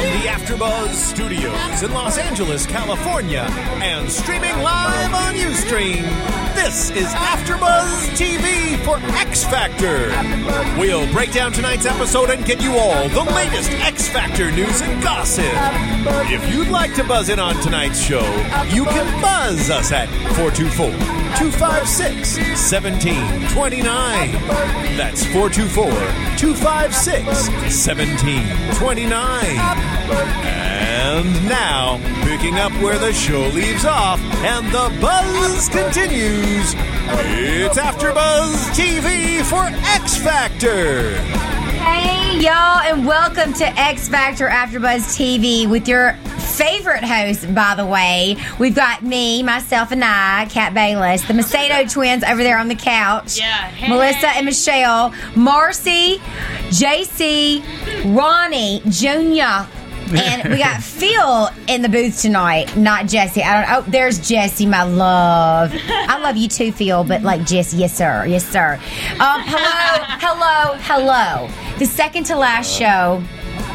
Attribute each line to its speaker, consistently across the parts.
Speaker 1: the AfterBuzz Studios in Los Angeles, California, and streaming live on UStream, this is AfterBuzz TV for X Factor. We'll break down tonight's episode and get you all the latest X Factor news and gossip. If you'd like to buzz in on tonight's show, you can buzz us at 424 256 1729. That's 424 256 1729. And now, picking up where the show leaves off and the buzz continues, it's AfterBuzz TV for X Factor.
Speaker 2: Hey, y'all, and welcome to X Factor AfterBuzz TV with your favorite host, by the way. We've got me, myself, and I, Kat Bayless, the Macedo twins over there on the couch.
Speaker 3: Yeah, hey.
Speaker 2: Melissa and Michelle, Marcy, JC, Ronnie, Junior. And we got Phil in the booth tonight, not Jesse. I don't. Oh, there's Jesse, my love. I love you too, Phil, but like Jesse, yes sir, yes sir. Um, hello, hello, hello. The second to last show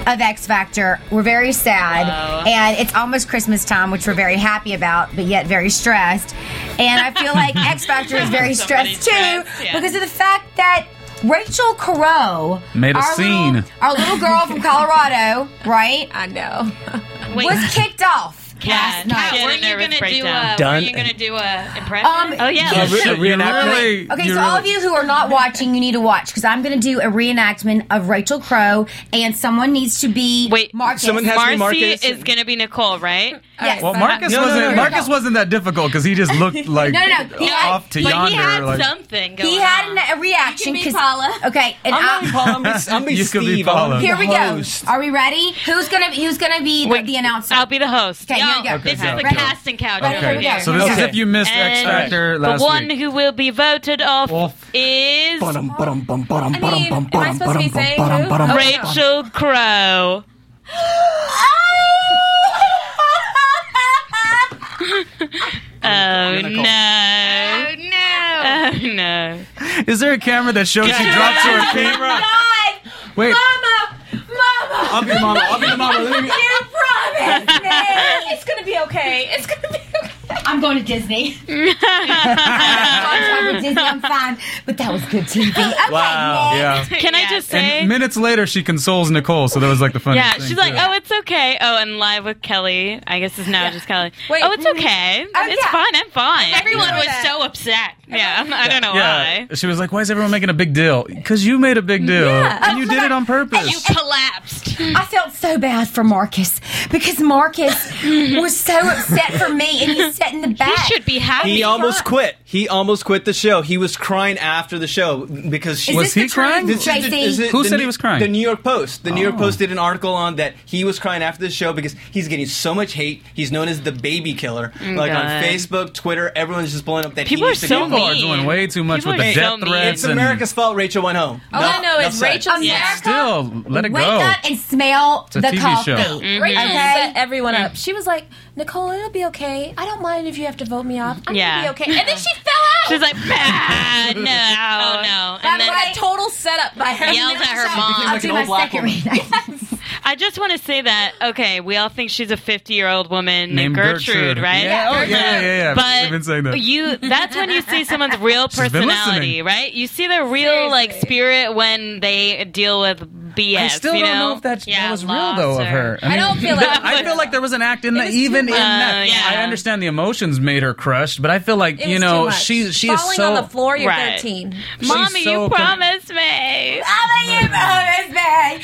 Speaker 2: of X Factor. We're very sad, and it's almost Christmas time, which we're very happy about, but yet very stressed. And I feel like X Factor is very
Speaker 3: Somebody's
Speaker 2: stressed too
Speaker 3: stressed, yeah.
Speaker 2: because of the fact that Rachel Caro
Speaker 4: Made a
Speaker 2: our
Speaker 4: scene.
Speaker 2: little- our little girl from Colorado, right,
Speaker 5: I know.
Speaker 3: Wait,
Speaker 2: was kicked off.
Speaker 3: Cat, Cat,
Speaker 6: Cat,
Speaker 3: were
Speaker 6: were
Speaker 3: you gonna
Speaker 6: you gonna do
Speaker 3: a-
Speaker 6: a? Were you gonna do a impression?
Speaker 2: Um,
Speaker 3: Oh, yeah.
Speaker 4: A re- a
Speaker 3: Shit,
Speaker 4: reenactment?
Speaker 2: Okay,
Speaker 4: You
Speaker 2: so all of
Speaker 4: really-
Speaker 2: you who are not watching, you need to watch because I'm going to do a reenactment of Rachel Crow, and someone needs to be
Speaker 6: Wait,
Speaker 2: Marcus.
Speaker 4: someone has-
Speaker 6: Marcy
Speaker 4: Marcus.
Speaker 6: is gonna be Nicole, right?
Speaker 2: Yes.
Speaker 4: Well, Oh, Marcus
Speaker 5: No, no,
Speaker 4: wasn't.
Speaker 5: no, no.
Speaker 4: Marcus wasn't that difficult because he just looked like
Speaker 2: No, no, no. He had-
Speaker 4: off to
Speaker 6: but
Speaker 4: yonder.
Speaker 6: he had
Speaker 4: like,
Speaker 6: something. Going
Speaker 2: he
Speaker 6: on.
Speaker 2: had an, a reaction.
Speaker 5: be
Speaker 2: 'cause-
Speaker 5: Paula.
Speaker 2: Okay, and
Speaker 7: I'm
Speaker 2: I-
Speaker 7: not Paul. I'm be, I'm be
Speaker 4: You could be
Speaker 7: Steve. I wanna
Speaker 4: Paula.
Speaker 7: be
Speaker 2: Here
Speaker 7: the
Speaker 2: we
Speaker 7: host.
Speaker 2: go. Are we ready? Who's gonna be Who's gonna be the,
Speaker 6: Wait,
Speaker 2: the announcer?
Speaker 6: I'll be the host.
Speaker 2: Okay, here we go.
Speaker 6: Y'all,
Speaker 2: Okay,
Speaker 6: This
Speaker 4: go,
Speaker 6: is the
Speaker 4: go.
Speaker 6: casting couch
Speaker 2: Okay,
Speaker 6: over here.
Speaker 4: So this is
Speaker 7: Okay.
Speaker 4: if you missed X
Speaker 6: And
Speaker 4: Factor last
Speaker 6: the one
Speaker 4: week.
Speaker 6: who will be voted off
Speaker 4: Off.
Speaker 6: is
Speaker 7: Ba-dum, ba-dum, bum, ba-dum,
Speaker 5: I
Speaker 7: ba-dum,
Speaker 5: mean,
Speaker 7: bum,
Speaker 5: am I
Speaker 7: ba-dum,
Speaker 5: supposed to be
Speaker 7: ba-dum, bum,
Speaker 5: saying
Speaker 7: ba-dum,
Speaker 5: who?
Speaker 7: ba-dum,
Speaker 6: Oh,
Speaker 7: bum.
Speaker 6: Rachel Crow. Oh no!
Speaker 3: Oh, no.
Speaker 5: Uh,
Speaker 6: Oh no!
Speaker 4: Is there a camera that shows she drops to her feet?
Speaker 2: God,
Speaker 4: Wait,
Speaker 2: mama, mama,
Speaker 7: I'll be the mama. I'll be the mama. Let me-
Speaker 2: you promised me.
Speaker 5: It's gonna be okay. It's gonna be okay.
Speaker 2: I'm going to Disney. I'm going to Disney. I'm fine. But that was good TV. Okay,
Speaker 4: Wow.
Speaker 2: Nick.
Speaker 4: Yeah.
Speaker 6: Can I
Speaker 3: Yeah.
Speaker 6: just say?
Speaker 4: And minutes later, she consoles Nicole, so that was like the funniest
Speaker 6: yeah,
Speaker 4: thing.
Speaker 6: she's like,
Speaker 4: too.
Speaker 6: oh, it's okay. Oh, and live with Kelly. I guess it's now just Kelly.
Speaker 5: Wait.
Speaker 6: oh, it's okay. it's
Speaker 2: yeah.
Speaker 6: fine. I'm fine. Everyone
Speaker 5: knew
Speaker 6: was
Speaker 5: that.
Speaker 6: so upset. Yeah, I don't know
Speaker 4: yeah.
Speaker 6: "Oh, why.
Speaker 4: She was like, why is everyone making a big deal? Because you made a big deal.
Speaker 2: Oh,
Speaker 4: And you did it on purpose.
Speaker 6: You collapsed.
Speaker 2: I felt so bad for Marcus because Marcus was so upset for me, and he's sat in the back.
Speaker 6: He should be happy.
Speaker 7: He almost quit. He almost quit the show. He was crying after the show because she
Speaker 2: Is
Speaker 4: Was
Speaker 2: this the
Speaker 4: he crying?
Speaker 2: truth,
Speaker 7: This is-
Speaker 2: Tracy?
Speaker 7: is it
Speaker 4: Who
Speaker 7: the
Speaker 4: said
Speaker 7: New-
Speaker 4: he was crying? Oh.
Speaker 7: The New York Post. The New York Post did an article on that he was crying after the show because he's getting so much hate. He's known as the baby killer. Like on
Speaker 6: God.
Speaker 7: Facebook, Twitter, everyone's just blowing up that
Speaker 6: People
Speaker 7: he
Speaker 6: are
Speaker 7: needs to
Speaker 6: so
Speaker 7: go
Speaker 4: People
Speaker 7: home.
Speaker 4: are
Speaker 6: mean.
Speaker 4: doing way too much
Speaker 6: People
Speaker 4: with the
Speaker 6: are
Speaker 4: death
Speaker 6: so mean.
Speaker 4: threats.
Speaker 7: It's
Speaker 4: and
Speaker 7: America's fault. Rachel went home.
Speaker 5: All
Speaker 2: Oh,
Speaker 5: I know is Rachel.
Speaker 2: America,
Speaker 4: Still, let it
Speaker 2: wake
Speaker 4: go.
Speaker 2: up and smell
Speaker 4: a
Speaker 2: the
Speaker 4: TV
Speaker 2: coffee.
Speaker 4: show.
Speaker 5: Rachel
Speaker 2: Okay.
Speaker 5: set everyone up. She was like, Nicole, it'll be okay. I don't mind if you have to vote me off. I'm
Speaker 6: Yeah.
Speaker 5: gonna be okay. And then she fell out.
Speaker 6: She's like, ah, no, oh no.
Speaker 5: That
Speaker 6: And
Speaker 5: was
Speaker 6: then
Speaker 5: a total setup by her.
Speaker 6: yelled at her
Speaker 7: became
Speaker 6: mom.
Speaker 2: I'll
Speaker 7: like
Speaker 2: do
Speaker 7: an
Speaker 2: my
Speaker 7: old black
Speaker 2: second
Speaker 7: woman.
Speaker 2: reading.
Speaker 6: I just want to say that. Okay, we all think she's a fifty-year-old woman
Speaker 4: Named
Speaker 6: Gertrude,
Speaker 4: Gertrude.
Speaker 6: right?
Speaker 4: Yeah, oh, yeah, yeah, yeah.
Speaker 6: But
Speaker 4: We've been saying that.
Speaker 6: you—that's when you see someone's real
Speaker 4: She's been
Speaker 6: personality,
Speaker 4: listening.
Speaker 6: right? You see their real like
Speaker 5: Seriously.
Speaker 6: spirit when they deal with BS.
Speaker 4: I still
Speaker 6: you
Speaker 4: don't know if that, that
Speaker 6: Yeah,
Speaker 4: was real though of
Speaker 6: lost
Speaker 4: her.
Speaker 5: I don't feel
Speaker 4: th-
Speaker 5: like-
Speaker 4: I feel like there was an act in that. Even in
Speaker 6: much.
Speaker 4: that,
Speaker 6: Uh, yeah.
Speaker 4: I understand the emotions made her crushed, but I feel like
Speaker 5: It
Speaker 4: you
Speaker 5: was too
Speaker 4: know
Speaker 5: much.
Speaker 4: she she
Speaker 5: falling
Speaker 4: is so
Speaker 5: on the floor. You're
Speaker 6: Right.
Speaker 5: 13.
Speaker 6: Mommy,
Speaker 4: so
Speaker 6: you
Speaker 4: con-
Speaker 6: promised me.
Speaker 2: Mama, you promised me.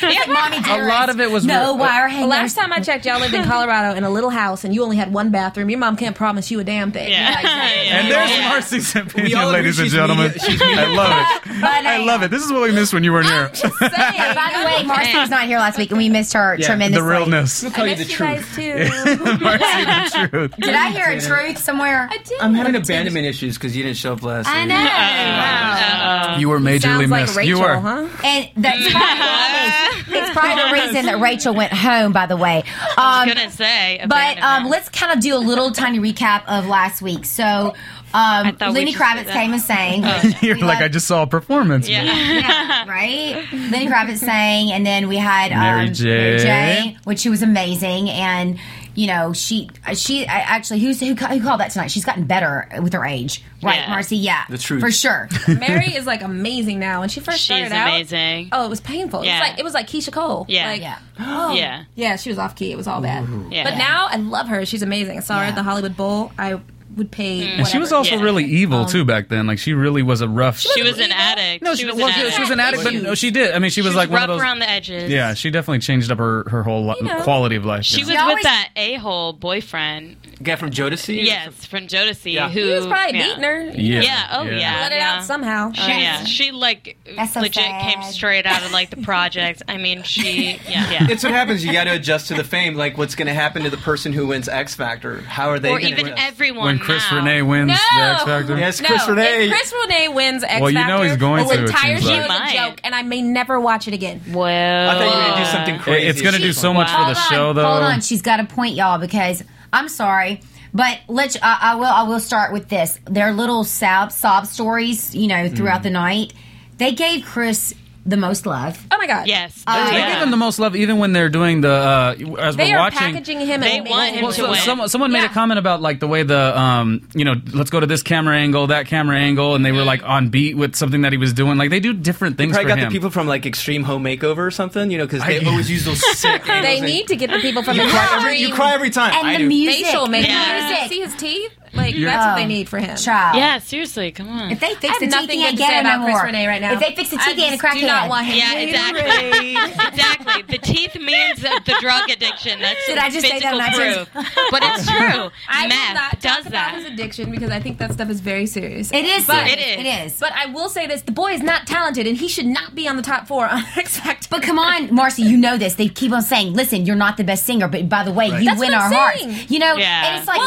Speaker 2: It's like mommy
Speaker 4: A lot of it was uh,
Speaker 2: no
Speaker 4: re-
Speaker 2: wire
Speaker 5: The
Speaker 2: hangers.
Speaker 5: last time I checked, y'all lived in Colorado in a little house, and you only had one bathroom. Your mom can't promise you a damn thing.
Speaker 6: Yeah.
Speaker 4: And
Speaker 6: Yeah.
Speaker 4: there's Marcy's
Speaker 7: We all
Speaker 4: opinion,
Speaker 7: agree
Speaker 4: ladies and
Speaker 7: she's
Speaker 4: gentlemen.
Speaker 7: media- she's
Speaker 4: I love it. I love it. This is what we missed when you weren't here.
Speaker 5: Just saying.
Speaker 2: By the
Speaker 3: way, Marcy was not here last week, and we missed her
Speaker 7: Yeah,
Speaker 3: tremendously.
Speaker 4: the realness.
Speaker 7: I'll tell you the
Speaker 2: missed you
Speaker 7: truth.
Speaker 2: guys too.
Speaker 4: Marcy, the truth.
Speaker 3: Did I hear a truth somewhere?
Speaker 2: I did.
Speaker 7: I'm having abandonment issues because you didn't show up last
Speaker 3: I
Speaker 7: week.
Speaker 3: know.
Speaker 6: Uh,
Speaker 4: You were majorly
Speaker 2: Sounds like
Speaker 4: missed.
Speaker 2: Rachel,
Speaker 4: you were.
Speaker 2: huh?
Speaker 3: And
Speaker 6: Mm.
Speaker 3: that's probably, it's probably the reason that Rachel went home, by the way. Um,
Speaker 6: gonna say,
Speaker 3: But um,
Speaker 6: abandonment.
Speaker 3: let's kind of do a little tiny recap of last week. So, um,
Speaker 6: thought we
Speaker 3: Lenny
Speaker 6: should say
Speaker 3: Kravitz
Speaker 6: that. Uh-huh.
Speaker 3: came and sang.
Speaker 4: You're
Speaker 3: We
Speaker 4: like,
Speaker 3: love-
Speaker 4: I just saw a performance. man.
Speaker 6: yeah.
Speaker 3: yeah, right? Lenny Kravitz sang, and then we had um,
Speaker 4: Mary J.
Speaker 3: J, which she was amazing, and you know she she I- actually who's who, ca- who called that tonight? She's gotten better with her age, right,
Speaker 6: Yeah.
Speaker 3: Marcy? Yeah,
Speaker 7: The truth.
Speaker 3: for sure.
Speaker 2: Mary is like amazing now. When she first
Speaker 6: She's
Speaker 2: started out,
Speaker 6: amazing.
Speaker 2: Oh, it was painful.
Speaker 6: Yeah.
Speaker 2: It was like it was like Keisha Cole.
Speaker 6: Yeah.
Speaker 2: Like,
Speaker 3: Yeah.
Speaker 2: Oh,
Speaker 6: Yeah.
Speaker 2: Yeah, she was off key. It was all bad.
Speaker 6: Yeah.
Speaker 2: But now I love her. She's amazing. I saw her
Speaker 3: Yeah.
Speaker 2: at the Hollywood Bowl. I would pay.
Speaker 4: And she was also
Speaker 6: Yeah.
Speaker 4: really evil too back then. Like she really was a rough.
Speaker 6: She was an addict.
Speaker 4: No,
Speaker 6: she, was
Speaker 4: well,
Speaker 6: an addict.
Speaker 4: she was an addict, but no, she did. I mean, she,
Speaker 6: was
Speaker 4: was like one of
Speaker 6: rough
Speaker 4: those.
Speaker 6: around the edges.
Speaker 4: yeah, she definitely changed up her her whole li-
Speaker 2: know.
Speaker 4: quality of life.
Speaker 6: She
Speaker 4: yeah.
Speaker 6: was
Speaker 3: always-
Speaker 6: with that a hole boyfriend.
Speaker 7: Guy from Jodeci?
Speaker 6: Yes, from Jodeci.
Speaker 7: Yeah.
Speaker 6: Who
Speaker 2: He was probably
Speaker 6: yeah.
Speaker 2: beating her.
Speaker 4: Yeah.
Speaker 6: Yeah. Oh yeah.
Speaker 2: Let it
Speaker 6: yeah.
Speaker 2: out somehow.
Speaker 6: She, Oh, yeah. She like
Speaker 3: That's so
Speaker 6: legit
Speaker 3: sad.
Speaker 6: came straight out of like the project. I mean, she. Yeah. yeah.
Speaker 7: It's what happens. You got to adjust to the fame. Like, what's going to happen to the person who wins X Factor? How are they
Speaker 6: or
Speaker 7: gonna
Speaker 6: even
Speaker 7: adjust?
Speaker 6: everyone.
Speaker 4: when Chris
Speaker 6: now.
Speaker 4: Renee wins
Speaker 2: No!
Speaker 4: the X Factor.
Speaker 7: Yes,
Speaker 2: No,
Speaker 7: Chris Renee.
Speaker 2: if Chris Renee wins X
Speaker 4: Well, you know
Speaker 2: Factor,
Speaker 4: he's going
Speaker 2: the
Speaker 4: to, it
Speaker 2: entire
Speaker 4: seems
Speaker 2: show
Speaker 4: like.
Speaker 2: is
Speaker 6: He
Speaker 2: a
Speaker 6: might.
Speaker 2: joke, and I may never watch it again.
Speaker 6: Well,
Speaker 7: I thought you were going to do something
Speaker 4: Uh, It-
Speaker 7: crazy.
Speaker 4: it's gonna do so much for the
Speaker 3: hold
Speaker 4: show
Speaker 3: on,
Speaker 4: though.
Speaker 3: Hold on, she's got a point, y'all. Because I'm sorry, but let's. I, I will. I will start with this. Their little sob sob stories, you know, throughout
Speaker 4: Mm.
Speaker 3: the night. They gave Chris the most love.
Speaker 2: Oh my god.
Speaker 6: Yes.
Speaker 4: They
Speaker 6: yeah.
Speaker 4: give him the most love, even when they're doing the uh, as
Speaker 2: They
Speaker 4: we're
Speaker 2: are
Speaker 4: watching.
Speaker 2: packaging him.
Speaker 6: They
Speaker 2: and
Speaker 6: want him
Speaker 2: Well,
Speaker 6: to
Speaker 2: so-
Speaker 6: win.
Speaker 4: Someone, someone made
Speaker 2: Yeah.
Speaker 4: a comment about like the way the um, you know, let's go to this camera angle, that camera angle, and they were like
Speaker 6: Mm-hmm.
Speaker 4: on beat with something that he was doing. Like they do different things
Speaker 7: Probably
Speaker 4: for
Speaker 7: got
Speaker 4: him.
Speaker 7: the people from like Extreme Home Makeover or something, you know, because they
Speaker 4: I-
Speaker 7: always use those sick.
Speaker 2: They need to get the people from
Speaker 7: You
Speaker 2: the
Speaker 7: cry, every, you cry every time.
Speaker 3: And
Speaker 7: I
Speaker 3: the
Speaker 7: do.
Speaker 3: music,
Speaker 2: facial makeup.
Speaker 6: Yeah.
Speaker 2: You See his teeth. Like that's what they need for him.
Speaker 3: child.
Speaker 6: Yeah, seriously, come on.
Speaker 3: If they fix
Speaker 2: have
Speaker 3: the teeth,
Speaker 2: nothing
Speaker 3: he ain't
Speaker 2: good to say
Speaker 3: getting no
Speaker 2: about Chris
Speaker 3: more.
Speaker 2: Renee right now.
Speaker 3: If they fix the
Speaker 2: I
Speaker 3: teeth, he ain't a
Speaker 2: just
Speaker 3: crackhead.
Speaker 2: do not want him.
Speaker 6: yeah, exactly. exactly. The teeth means the drug addiction. That's
Speaker 3: Did I just say that
Speaker 6: physical
Speaker 3: on accident?
Speaker 6: proof. But it's true.
Speaker 2: I will
Speaker 6: Meth
Speaker 2: not talk
Speaker 6: does
Speaker 2: about his
Speaker 6: that.
Speaker 2: addiction because I think that stuff is very serious.
Speaker 3: It is.
Speaker 2: But,
Speaker 3: serious.
Speaker 6: It is.
Speaker 3: It is. But,
Speaker 2: but I will say this: the boy is not talented, and he should not be on the top four on X Factor.
Speaker 3: but come on, Marcy, you know this. They keep on saying, "Listen, you're not the best singer, but by the way, you
Speaker 2: That's
Speaker 3: win
Speaker 2: what
Speaker 3: our
Speaker 2: I'm
Speaker 3: hearts."
Speaker 2: saying.
Speaker 3: You know,
Speaker 6: Yeah.
Speaker 3: and it's like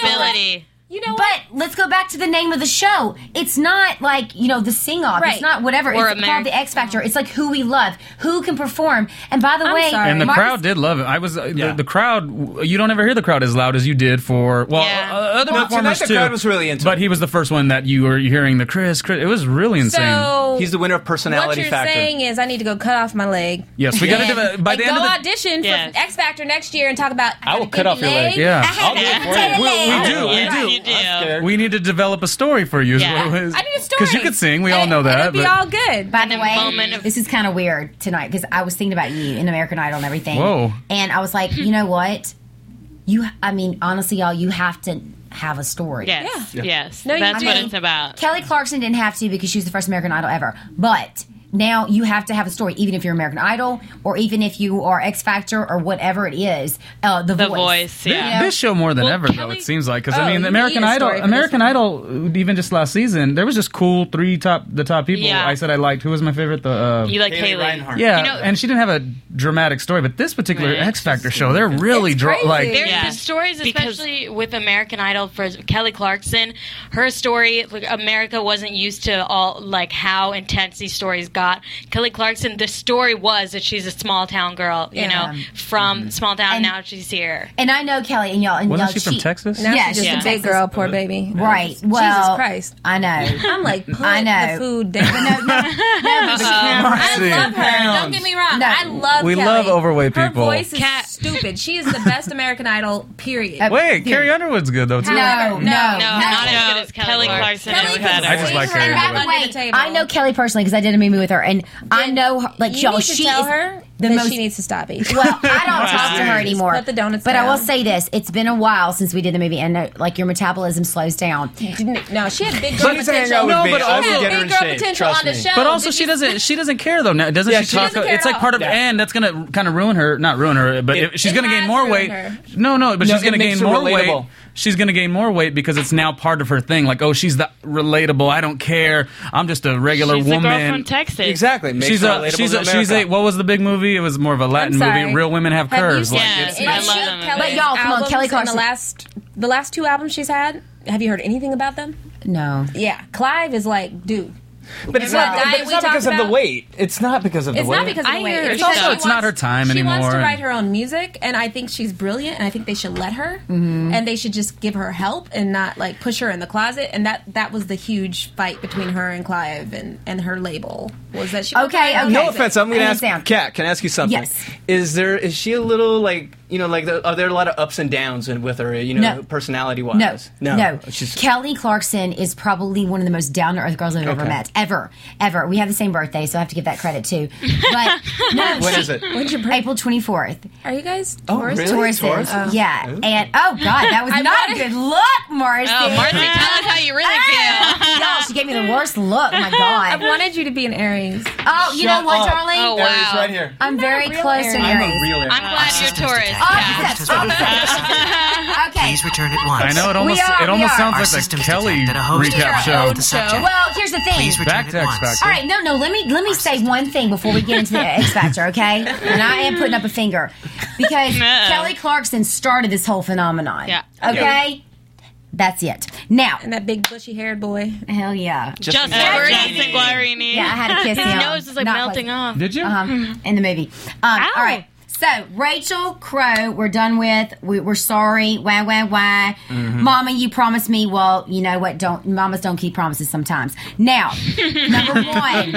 Speaker 6: Lovability.
Speaker 2: you know what?
Speaker 3: But let's go back to the name of the show. It's not like, you know, the sing off. It's
Speaker 2: Right.
Speaker 3: not whatever.
Speaker 6: Or
Speaker 3: it's called
Speaker 6: American-
Speaker 3: the X Factor. It's like who we love, who can perform. And by the
Speaker 2: I'm
Speaker 3: way,
Speaker 2: sorry.
Speaker 4: And the
Speaker 3: Marcus-
Speaker 4: crowd did love it. I was uh,
Speaker 7: Yeah.
Speaker 4: the, the crowd. You don't ever hear the crowd as loud as you did for well
Speaker 6: Yeah.
Speaker 4: uh, other
Speaker 7: No,
Speaker 4: performers
Speaker 7: tonight the
Speaker 4: too.
Speaker 7: crowd was really into
Speaker 4: but
Speaker 7: it.
Speaker 4: he was the first one that you were hearing the Chris. Chris it was really insane.
Speaker 2: so
Speaker 7: He's the winner of
Speaker 2: what
Speaker 7: personality
Speaker 2: you're
Speaker 7: factor.
Speaker 2: saying is I need to go cut off my leg.
Speaker 4: yes, we got to do it by
Speaker 2: like,
Speaker 4: the end
Speaker 2: go
Speaker 4: of the.
Speaker 2: audition
Speaker 6: Yes.
Speaker 2: for X Factor next year and talk about.
Speaker 7: I will cut off your leg.
Speaker 3: I
Speaker 4: Yeah,
Speaker 3: have a
Speaker 7: We-
Speaker 3: tail.
Speaker 4: we do. We
Speaker 6: You
Speaker 4: do.
Speaker 6: do.
Speaker 4: We need to develop a story for you.
Speaker 6: Yeah.
Speaker 2: I need a story
Speaker 4: because you could sing. We all
Speaker 2: And-
Speaker 4: know
Speaker 2: and
Speaker 4: that.
Speaker 2: It'd be
Speaker 4: but-
Speaker 2: all good.
Speaker 3: By the
Speaker 6: a
Speaker 3: way,
Speaker 6: moment of-
Speaker 3: this is kind of weird tonight because I was thinking about you in American Idol and everything.
Speaker 4: Whoa.
Speaker 3: And I was like, you know what? You, I mean, honestly, y'all, you have to have a story.
Speaker 6: Yes. Yes.
Speaker 2: No, you
Speaker 6: That's what
Speaker 2: do.
Speaker 6: it's about.
Speaker 3: Kelly Clarkson didn't have to because she was the first American Idol ever. But now you have to have a story, even if you're American Idol or even if you are X Factor or whatever it is. Uh, the,
Speaker 6: The voice.
Speaker 4: Th-
Speaker 6: Yeah.
Speaker 4: This show more than
Speaker 6: Well,
Speaker 4: ever, though
Speaker 6: Kelly-
Speaker 4: it seems like because
Speaker 2: Oh,
Speaker 4: I mean,
Speaker 2: you
Speaker 4: American
Speaker 2: need a
Speaker 4: Idol,
Speaker 2: story for this
Speaker 4: American
Speaker 2: one.
Speaker 4: Idol, uh, even just last season, there was just cool three top the top people.
Speaker 6: Yeah.
Speaker 4: I said I liked. Who was my favorite? The uh,
Speaker 6: You like
Speaker 7: Haley
Speaker 6: Haley.
Speaker 7: Reinhardt.
Speaker 4: yeah,
Speaker 6: You know-
Speaker 4: and she didn't have a dramatic story, but this particular
Speaker 6: Right.
Speaker 4: X Factor show, they're really
Speaker 2: It's
Speaker 4: dra-
Speaker 2: crazy.
Speaker 4: like
Speaker 6: There's
Speaker 2: Yeah.
Speaker 6: the stories,
Speaker 4: Because-
Speaker 6: especially with American Idol for Kelly Clarkson. Her story, like, America wasn't used to all like how intense these stories got. Kelly Clarkson, the story was that she's a small town girl, you
Speaker 3: Yeah.
Speaker 6: know, from small town.
Speaker 3: And-
Speaker 6: now she's here.
Speaker 3: And I know Kelly and y'all. And
Speaker 4: wasn't
Speaker 3: y'all,
Speaker 4: she from Texas?
Speaker 2: Now
Speaker 3: Yeah,
Speaker 2: she's just
Speaker 6: yeah.
Speaker 2: a big girl, poor baby.
Speaker 3: Right.
Speaker 2: Jesus
Speaker 3: Well,
Speaker 2: Christ.
Speaker 3: I know.
Speaker 2: I'm like, put
Speaker 3: I know.
Speaker 2: the food down. I
Speaker 4: Mercy.
Speaker 2: love her. Don't get me wrong.
Speaker 3: No.
Speaker 2: I love
Speaker 4: We
Speaker 2: Kelly.
Speaker 4: love overweight people.
Speaker 2: Her voice is
Speaker 6: Cat.
Speaker 2: stupid. She is the best American Idol, period.
Speaker 3: Uh,
Speaker 4: Wait, Carrie Underwood's good though too.
Speaker 3: No, no, no.
Speaker 6: Oh, No, not as good as Kelly, Clarkson.
Speaker 2: Kelly
Speaker 6: is
Speaker 2: could
Speaker 6: better.
Speaker 4: I just
Speaker 2: sing
Speaker 4: like her
Speaker 2: and
Speaker 4: anyway.
Speaker 2: rap
Speaker 3: By
Speaker 2: under
Speaker 3: the
Speaker 2: the
Speaker 3: way,
Speaker 2: table.
Speaker 3: I know Kelly personally because I did a movie with her, and I know her, like
Speaker 2: You
Speaker 3: y'all.
Speaker 2: need to
Speaker 3: she
Speaker 2: tell
Speaker 3: is
Speaker 2: her
Speaker 3: the
Speaker 2: that
Speaker 3: most
Speaker 2: she needs to stop eating.
Speaker 3: Well, I don't talk to her
Speaker 2: Just
Speaker 3: anymore.
Speaker 2: put the donuts
Speaker 3: but I will
Speaker 2: down.
Speaker 3: say this: it's been a while since we did the movie, and uh, like your metabolism slows down.
Speaker 2: Didn't- no, she had big girl
Speaker 7: She needs to hang
Speaker 2: potential.
Speaker 7: out with
Speaker 4: No,
Speaker 7: me.
Speaker 4: but
Speaker 7: I
Speaker 4: also-
Speaker 7: would
Speaker 2: She had
Speaker 7: get her
Speaker 2: big
Speaker 7: in
Speaker 2: girl
Speaker 7: shape.
Speaker 2: potential
Speaker 7: Trust
Speaker 2: on the
Speaker 7: me.
Speaker 2: show.
Speaker 4: But also,
Speaker 2: Did
Speaker 4: she
Speaker 2: you-
Speaker 4: doesn't. She doesn't care though. Now, doesn't she?
Speaker 7: she
Speaker 4: talk?
Speaker 2: doesn't care
Speaker 4: it's
Speaker 2: at
Speaker 4: like
Speaker 2: all.
Speaker 4: part of,
Speaker 7: Yeah.
Speaker 4: and that's gonna kind of ruin her. Not ruin her, but
Speaker 7: It-
Speaker 4: if she's
Speaker 2: It
Speaker 4: gonna gain
Speaker 2: has
Speaker 4: more
Speaker 2: ruined
Speaker 4: weight.
Speaker 2: her.
Speaker 4: No, no, but
Speaker 7: No,
Speaker 4: she's
Speaker 7: it
Speaker 4: gonna
Speaker 7: makes
Speaker 4: gain
Speaker 7: her
Speaker 4: more
Speaker 7: relatable.
Speaker 4: weight. She's gonna gain more weight because it's now part of her thing. Like, oh, she's the relatable. I don't care. I'm just a regular
Speaker 6: She's a
Speaker 4: woman.
Speaker 6: girl from Texas. curses.
Speaker 7: Exactly. Makes
Speaker 4: she's
Speaker 7: her
Speaker 4: a
Speaker 7: relatable
Speaker 4: she's
Speaker 7: to
Speaker 4: a she's a
Speaker 7: America.
Speaker 4: what was the big movie? It was more of a Latin movie.
Speaker 2: sorry.
Speaker 4: Real women have
Speaker 2: Have you
Speaker 4: curves. Like
Speaker 2: seen-
Speaker 6: Yeah,
Speaker 4: it's,
Speaker 6: I
Speaker 4: it's-
Speaker 6: love them.
Speaker 3: But y'all, come on,
Speaker 2: albums
Speaker 3: Kelly
Speaker 2: and
Speaker 3: Clarkson.
Speaker 2: The last, the last two albums she's had. Have you heard anything about them?
Speaker 3: No.
Speaker 2: Yeah, Clive is like, dude.
Speaker 7: But it's
Speaker 2: Well,
Speaker 7: not, but
Speaker 2: diet
Speaker 7: it's
Speaker 2: we
Speaker 7: not because
Speaker 2: talked
Speaker 7: of the
Speaker 2: about-
Speaker 7: weight. It's not because of the
Speaker 2: It's
Speaker 7: weight.
Speaker 2: not because of
Speaker 6: I
Speaker 2: the weight.
Speaker 6: hear
Speaker 2: It's
Speaker 6: her
Speaker 2: because
Speaker 6: show.
Speaker 2: she
Speaker 6: It's
Speaker 4: not her time
Speaker 2: she
Speaker 4: anymore
Speaker 2: wants to
Speaker 4: and-
Speaker 2: write her own music, and I think she's brilliant, and I think they should let her, and they should just give her help and not like push her in the closet. And that that was the huge fight between her and Clive and and her label was that she
Speaker 3: Okay, okay.
Speaker 2: No
Speaker 7: no offense. I'm going
Speaker 3: I
Speaker 7: to ask
Speaker 3: understand.
Speaker 7: Kat. Can I ask you something?
Speaker 3: Yes.
Speaker 7: Is there is she a little like you know like the, are there a lot of ups and downs in, with her you know
Speaker 3: No.
Speaker 7: personality
Speaker 3: No,
Speaker 7: wise?
Speaker 3: no,
Speaker 7: Oh, She's
Speaker 3: Kelly Clarkson is probably one of the most down to earth girls I've ever
Speaker 7: Okay.
Speaker 3: met, ever, ever. We have the same birthday, so I have to give that credit too. But no,
Speaker 7: When
Speaker 3: she-
Speaker 7: is it?
Speaker 2: When's your birthday?
Speaker 3: April twenty fourth.
Speaker 2: Are you guys?
Speaker 7: Oh,
Speaker 2: Taurus?
Speaker 7: really?
Speaker 3: Taurus,
Speaker 7: Taurus?
Speaker 3: yeah, and oh god, that was not a
Speaker 2: wanted-
Speaker 3: good look, Morris.
Speaker 6: Oh, Marcy, tell us how you really feel.
Speaker 3: Y'all, she gave me the worst look. My God.
Speaker 2: I wanted you to be an Aries.
Speaker 3: oh, you know
Speaker 7: Shut
Speaker 3: what,
Speaker 7: up.
Speaker 3: darling?
Speaker 6: Oh,
Speaker 7: There it is
Speaker 6: wow.
Speaker 7: right here.
Speaker 3: I'm very
Speaker 2: real
Speaker 3: close to Oh,
Speaker 2: Aries.
Speaker 7: I'm
Speaker 3: Aries.
Speaker 7: a real.
Speaker 6: I'm glad you're Taurus. Yeah.
Speaker 3: Opposites, opposites. okay.
Speaker 8: Please return at once.
Speaker 4: I know it almost
Speaker 3: are-
Speaker 4: it
Speaker 3: we
Speaker 4: almost
Speaker 3: are.
Speaker 8: Our
Speaker 4: sounds like the
Speaker 8: systems
Speaker 4: Kelly
Speaker 8: detected a host of
Speaker 4: recap
Speaker 8: errors
Speaker 4: show.
Speaker 8: with the subject.
Speaker 3: Well, here's the thing.
Speaker 8: Please return
Speaker 4: Back to
Speaker 8: at
Speaker 4: X
Speaker 8: once.
Speaker 4: Factor.
Speaker 3: All right, no, no. Let me let me say one thing before we get into the X Factor, okay? And I am putting up a finger because
Speaker 6: No.
Speaker 3: Kelly Clarkson started this whole phenomenon.
Speaker 6: Yeah.
Speaker 3: Okay. That's it. Now,
Speaker 2: And that big bushy haired boy.
Speaker 3: hell yeah.
Speaker 6: Justin Guarini.
Speaker 3: Yeah, I had to kiss
Speaker 6: His
Speaker 3: him.
Speaker 6: nose is like
Speaker 3: Not
Speaker 6: melting
Speaker 3: like-
Speaker 6: off.
Speaker 4: Did you?
Speaker 3: um, in the movie. Um,
Speaker 6: Ow.
Speaker 3: all right. So Rachel Crow, we're done with. We, we're sorry. Why, why, why? Mama, you promised me. Well, you know what? Don't mamas don't keep promises sometimes. Now, number one,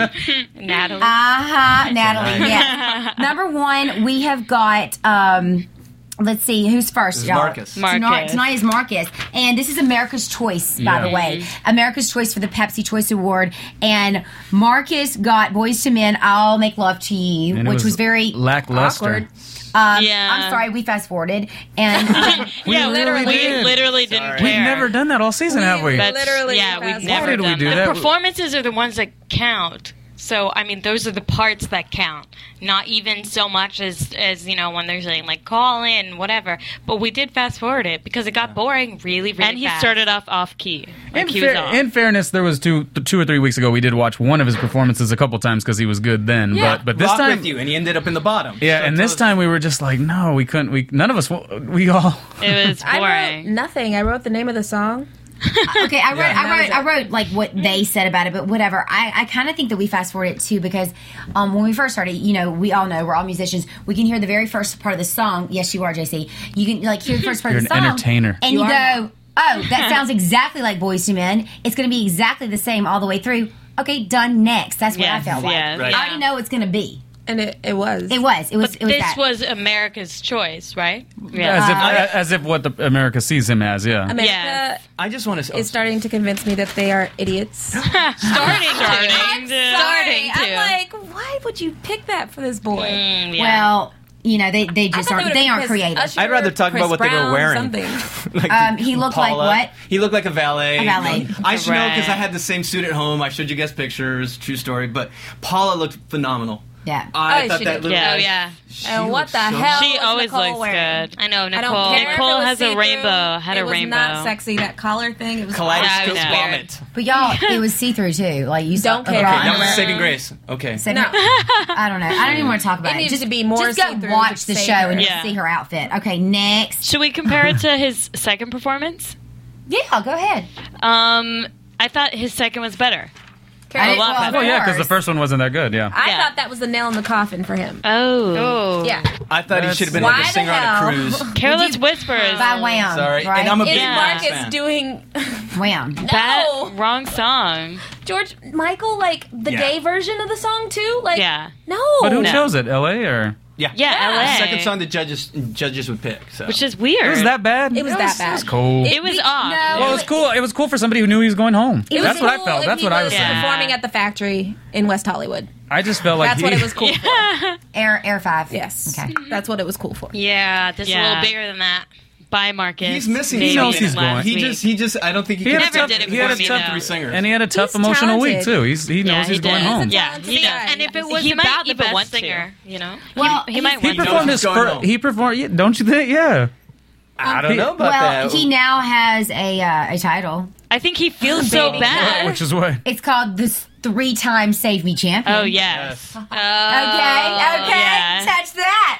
Speaker 6: Natalie.
Speaker 3: uh-huh, Natalie. Yeah. Number one, we have got. um Let's see who's first, y'all.
Speaker 7: Marcus.
Speaker 6: Marcus.
Speaker 3: Tonight, tonight is Marcus, and this is America's Choice, by the way. America's Choice for the Pepsi Choice Award, and Marcus got Boys to Men. I'll make love to you,
Speaker 4: And it
Speaker 3: which was, very
Speaker 4: lackluster.
Speaker 3: awkward. Um,
Speaker 6: Yeah.
Speaker 3: I'm sorry, we fast forwarded, and
Speaker 6: yeah,
Speaker 4: literally
Speaker 6: literally,
Speaker 4: did.
Speaker 6: we literally didn't care.
Speaker 4: We've never done that all season, have we?
Speaker 6: That's,
Speaker 2: Literally
Speaker 6: yeah,
Speaker 2: fast forward.
Speaker 6: we've never
Speaker 4: Why did we
Speaker 6: done
Speaker 4: do
Speaker 6: that.
Speaker 4: that?
Speaker 6: Performances are the ones that count. So I mean, those are the parts that count. Not even so much as as you know when they're saying like call in, whatever. But we did fast forward it because it got boring really, really. And he started off off key.
Speaker 4: In, fair- in fairness, there was two th- two or three weeks ago we did watch one of his performances a couple times because he was good then. But but this
Speaker 7: Rock
Speaker 4: time
Speaker 7: with you, and he ended up in the bottom.
Speaker 4: Yeah,
Speaker 7: So
Speaker 4: and
Speaker 7: tell
Speaker 4: this
Speaker 7: us-
Speaker 4: time we were just like, no, we couldn't. We none of us. We all.
Speaker 6: it was
Speaker 2: I wrote
Speaker 6: boring.
Speaker 2: nothing. I wrote the name of the song.
Speaker 3: okay, I wrote, I wrote,
Speaker 2: That
Speaker 3: I
Speaker 2: was
Speaker 3: wrote like
Speaker 4: Mm-hmm.
Speaker 3: what they said about it, but whatever. I, I kind of think that we fast forward it too because um, when we first started, you know, we all know we're all musicians. We can hear the very first part of the song. Yes, you are, JC. You can like hear the first part
Speaker 4: You're
Speaker 3: of the
Speaker 4: an
Speaker 3: song,
Speaker 4: entertainer.
Speaker 3: and you, go, oh, that sounds exactly like Boys to Men. It's going to be exactly the same all the way through. Okay, done. Next. That's what I
Speaker 6: Yes,
Speaker 3: felt like.
Speaker 6: yes,
Speaker 7: Right.
Speaker 6: yeah.
Speaker 3: I already know it's going to be.
Speaker 2: And it, it was.
Speaker 3: It was. It was.
Speaker 6: But
Speaker 3: it was
Speaker 6: this
Speaker 3: that.
Speaker 6: was America's choice, right? Yeah.
Speaker 4: As if, as if what the, America sees him as, yeah.
Speaker 2: America
Speaker 6: Yes.
Speaker 7: I just want to.
Speaker 2: is starting to convince me that they are idiots.
Speaker 6: starting, starting,
Speaker 2: I'm
Speaker 6: starting
Speaker 2: sorry.
Speaker 6: to.
Speaker 2: I'm like, why would you pick that for this boy?
Speaker 6: Mm, yeah.
Speaker 3: well, you know, they they
Speaker 2: I
Speaker 3: just
Speaker 2: thought
Speaker 3: aren't.
Speaker 2: would've
Speaker 3: They aren't
Speaker 2: picked
Speaker 3: creative.
Speaker 2: Usher,
Speaker 7: I'd rather talk
Speaker 2: Chris
Speaker 7: about what they were
Speaker 2: Brown,
Speaker 7: wearing.
Speaker 2: Something.
Speaker 7: like
Speaker 3: Um, he looked like what?
Speaker 7: He looked like a valet.
Speaker 3: A valet.
Speaker 7: I should know because
Speaker 6: Right.
Speaker 7: I had the same suit at home. I showed you guys pictures. True story. But Paula looked phenomenal.
Speaker 3: Yeah.
Speaker 7: I
Speaker 2: Oh,
Speaker 7: thought
Speaker 2: she
Speaker 7: that
Speaker 2: did.
Speaker 7: little.
Speaker 6: Yeah. Oh, yeah.
Speaker 7: She
Speaker 2: And what
Speaker 7: looked
Speaker 2: the
Speaker 7: so-
Speaker 2: hell?
Speaker 6: she oh,
Speaker 2: was
Speaker 6: always
Speaker 2: Nicole
Speaker 6: looks
Speaker 2: wearing?
Speaker 6: good. I know
Speaker 2: I
Speaker 6: Nicole.
Speaker 2: don't care. if it
Speaker 6: Nicole
Speaker 2: was
Speaker 6: has a
Speaker 2: see-through.
Speaker 6: rainbow. Had
Speaker 2: it
Speaker 6: a
Speaker 2: was
Speaker 6: rainbow.
Speaker 2: Not sexy. That collar thing. It was
Speaker 7: Kaleidoscope
Speaker 6: Yeah, I know.
Speaker 7: vomit.
Speaker 3: But y'all, it was see through too. Like you saw
Speaker 2: Don't care.
Speaker 3: LeBron.
Speaker 2: Okay,
Speaker 7: That was saving grace. Okay.
Speaker 3: Said-
Speaker 2: No.
Speaker 3: I don't know. I don't even want to talk about it.
Speaker 2: It needs
Speaker 3: just
Speaker 2: to be more
Speaker 3: Just go
Speaker 2: see-through
Speaker 3: watch
Speaker 2: to
Speaker 3: the
Speaker 2: save
Speaker 3: show
Speaker 2: her.
Speaker 3: and
Speaker 6: Yeah.
Speaker 3: you'll see her outfit. Okay, next.
Speaker 6: Should we compare it to his second performance?
Speaker 3: Yeah, go ahead.
Speaker 6: Um, I thought his second was better.
Speaker 3: I didn't- well,
Speaker 6: love it.
Speaker 3: of
Speaker 2: Oh,
Speaker 4: well, yeah, because the
Speaker 3: course.
Speaker 4: first one wasn't that good, yeah.
Speaker 2: I
Speaker 6: Yeah.
Speaker 2: thought that was the nail in the coffin for him.
Speaker 6: Oh,
Speaker 2: Yeah.
Speaker 7: I thought he
Speaker 4: That's-
Speaker 7: should have been
Speaker 2: Why
Speaker 7: like a
Speaker 2: the
Speaker 7: singer on
Speaker 2: hell?
Speaker 7: a cruise.
Speaker 6: Careless Whispers.
Speaker 3: by Wham.
Speaker 7: Sorry.
Speaker 3: right?
Speaker 7: And I'm a big
Speaker 2: Is
Speaker 6: Yeah.
Speaker 7: Marcus
Speaker 2: Marcus
Speaker 7: fan.
Speaker 2: doing
Speaker 3: Wham.
Speaker 6: That
Speaker 2: No.
Speaker 6: wrong song.
Speaker 2: George Michael like the
Speaker 7: Yeah.
Speaker 2: gay version of the song too? Like
Speaker 6: Yeah.
Speaker 2: No.
Speaker 4: But who
Speaker 6: No.
Speaker 4: chose it, L.A. or?
Speaker 7: Yeah.
Speaker 6: Yeah, LA.
Speaker 7: The second song the judges judges would pick. So.
Speaker 6: Which is weird.
Speaker 4: It was that bad.
Speaker 2: It was that bad.
Speaker 4: It was cool.
Speaker 6: It was off.
Speaker 3: No.
Speaker 4: well, it was cool. It was cool for somebody who knew he was going home.
Speaker 2: It was
Speaker 4: That's what I
Speaker 2: cool
Speaker 4: felt.
Speaker 2: if
Speaker 4: That's
Speaker 2: he
Speaker 4: what I was
Speaker 6: Yeah.
Speaker 4: saying.
Speaker 2: Performing at the factory in West Hollywood.
Speaker 4: I just felt like
Speaker 2: That's what
Speaker 4: he-
Speaker 2: it was cool for.
Speaker 3: Air Air Five.
Speaker 2: Yes.
Speaker 3: Okay.
Speaker 2: That's what it was cool for.
Speaker 6: Yeah, this is a
Speaker 9: Yeah.
Speaker 6: little bigger than that. Bye, Marcus.
Speaker 7: He's missing.
Speaker 6: Maybe
Speaker 4: He knows he's
Speaker 6: last
Speaker 4: going.
Speaker 7: He
Speaker 6: week.
Speaker 7: just. He just. I don't think he,
Speaker 4: He
Speaker 7: can.
Speaker 4: had
Speaker 6: never
Speaker 4: a tough-
Speaker 6: did it
Speaker 4: he had
Speaker 6: for
Speaker 4: a
Speaker 6: me,
Speaker 4: tough
Speaker 6: though.
Speaker 7: three singers.
Speaker 4: and he had a tough
Speaker 2: He's
Speaker 4: emotional week
Speaker 2: talented.
Speaker 4: too. He's he knows
Speaker 6: he
Speaker 4: he's
Speaker 6: did.
Speaker 4: going home.
Speaker 6: Yeah,
Speaker 2: He's
Speaker 6: he
Speaker 2: a
Speaker 6: does.
Speaker 2: guy.
Speaker 6: And if
Speaker 2: He's
Speaker 6: it was
Speaker 2: he
Speaker 6: he might
Speaker 2: about the
Speaker 6: even
Speaker 2: best
Speaker 6: one
Speaker 2: singer.
Speaker 6: singer, you know,
Speaker 3: Well,
Speaker 6: he, he might
Speaker 4: He
Speaker 6: one day.
Speaker 4: performed
Speaker 7: he's
Speaker 4: his
Speaker 7: going
Speaker 4: first.
Speaker 7: home.
Speaker 4: He performed. yeah, Don't you think? Yeah.
Speaker 7: I don't know about
Speaker 3: Well,
Speaker 7: that.
Speaker 3: he now has a uh, a title.
Speaker 6: I I think he feels so
Speaker 3: Baby
Speaker 6: bad.
Speaker 4: Which is why.
Speaker 3: It's called this three-time Save Me Champion.
Speaker 6: Oh yes. Oh,
Speaker 3: Okay, okay,
Speaker 6: yeah.
Speaker 3: touch that.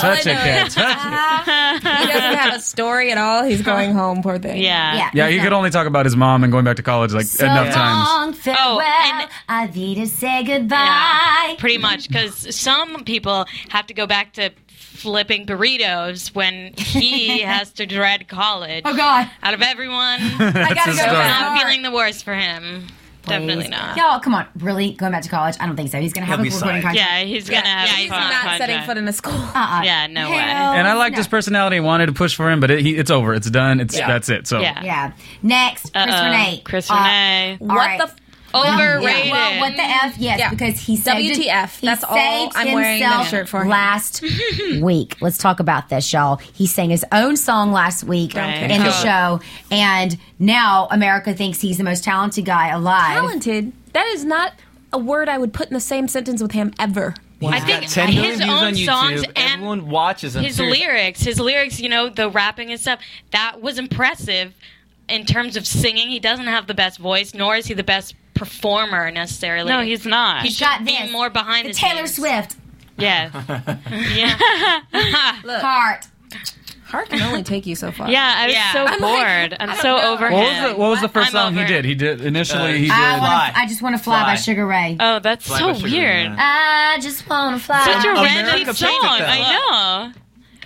Speaker 4: Touch it, cat. Touch it.
Speaker 2: He doesn't have a story at all. He's going home, poor thing.
Speaker 6: Yeah.
Speaker 3: Yeah.
Speaker 4: Yeah, he could only talk about his mom and going back to college like
Speaker 3: So
Speaker 4: enough times.
Speaker 3: long farewell,
Speaker 6: Oh, and-
Speaker 3: I need to say
Speaker 6: Yeah,
Speaker 3: goodbye.
Speaker 6: pretty much, because some people have to go back to flipping burritos when he has to dread college.
Speaker 3: Oh God,
Speaker 6: Out of everyone, I'm
Speaker 3: I gotta
Speaker 4: his
Speaker 3: go.
Speaker 4: story.
Speaker 3: back.
Speaker 6: feeling the worst for him. Definitely not.
Speaker 3: Y'all, come on, really going back to college? I don't think so. He's gonna have
Speaker 7: He'll
Speaker 3: a
Speaker 7: be
Speaker 3: recording
Speaker 7: psyched.
Speaker 6: Yeah,
Speaker 3: contract.
Speaker 6: he's gonna have.
Speaker 2: He's
Speaker 6: a
Speaker 2: not
Speaker 6: contract.
Speaker 2: setting foot in a school.
Speaker 3: Uh-uh.
Speaker 6: Yeah, no way.
Speaker 3: Hell
Speaker 4: And I liked
Speaker 3: no.
Speaker 4: his personality and wanted to push for him, but it, he, it's over. It's done. It's that's it. So
Speaker 6: Yeah.
Speaker 3: Yeah. Next, Chris
Speaker 6: Uh-oh.
Speaker 3: Renee.
Speaker 6: Uh-uh. Chris
Speaker 3: Uh,
Speaker 6: Renee.
Speaker 3: all
Speaker 2: What
Speaker 3: right.
Speaker 2: the f-
Speaker 6: Overrated.
Speaker 3: Yeah. Well, what the f? Yes,
Speaker 2: Yeah.
Speaker 3: because he saved
Speaker 2: WTF.
Speaker 3: He
Speaker 2: That's all
Speaker 3: saved
Speaker 2: I'm wearing that
Speaker 3: himself
Speaker 2: shirt for him.
Speaker 3: Last week, let's talk about this, y'all. He sang his own song last week
Speaker 6: Right.
Speaker 3: in the
Speaker 6: Cool.
Speaker 3: show, and now America thinks he's the most talented guy alive.
Speaker 2: Talented. That is not a word I would put in the same sentence with him ever.
Speaker 6: I
Speaker 7: He's
Speaker 6: think
Speaker 7: got 10 million
Speaker 6: his
Speaker 7: views
Speaker 6: own
Speaker 7: on YouTube.
Speaker 6: songs and
Speaker 7: Everyone watches him.
Speaker 6: his
Speaker 7: Seriously.
Speaker 6: lyrics, his lyrics, you know, the rapping and stuff, that was impressive in terms of singing. He doesn't have the best voice, nor is he the best performer necessarily.
Speaker 8: No, he's not.
Speaker 6: He's
Speaker 3: Got
Speaker 6: got
Speaker 3: this.
Speaker 6: being more behind
Speaker 3: the
Speaker 6: the
Speaker 3: Taylor
Speaker 6: scenes.
Speaker 3: Swift
Speaker 6: Yeah,
Speaker 3: heart.
Speaker 2: Heart can only take you so far.
Speaker 8: yeah, I was
Speaker 6: Yeah.
Speaker 8: so
Speaker 2: like,
Speaker 6: I'm
Speaker 8: bored.
Speaker 2: I
Speaker 8: I'm
Speaker 2: don't
Speaker 8: so
Speaker 2: know.
Speaker 8: over
Speaker 4: What
Speaker 8: him.
Speaker 4: was the, what was the 1st
Speaker 6: I'm
Speaker 4: song he
Speaker 6: over
Speaker 4: did?
Speaker 6: it.
Speaker 4: He did initially.
Speaker 7: Uh,
Speaker 4: he did.
Speaker 3: I,
Speaker 7: Fly.
Speaker 3: wanna, I just want to fly,
Speaker 7: Fly.
Speaker 3: by Sugar Ray.
Speaker 8: Oh, that's
Speaker 7: Fly by
Speaker 8: so
Speaker 7: Sugar
Speaker 8: weird.
Speaker 7: Man.
Speaker 3: I just want to fly.
Speaker 8: Such a
Speaker 7: America
Speaker 8: random
Speaker 7: picked
Speaker 8: song.
Speaker 7: it, though.
Speaker 8: I know.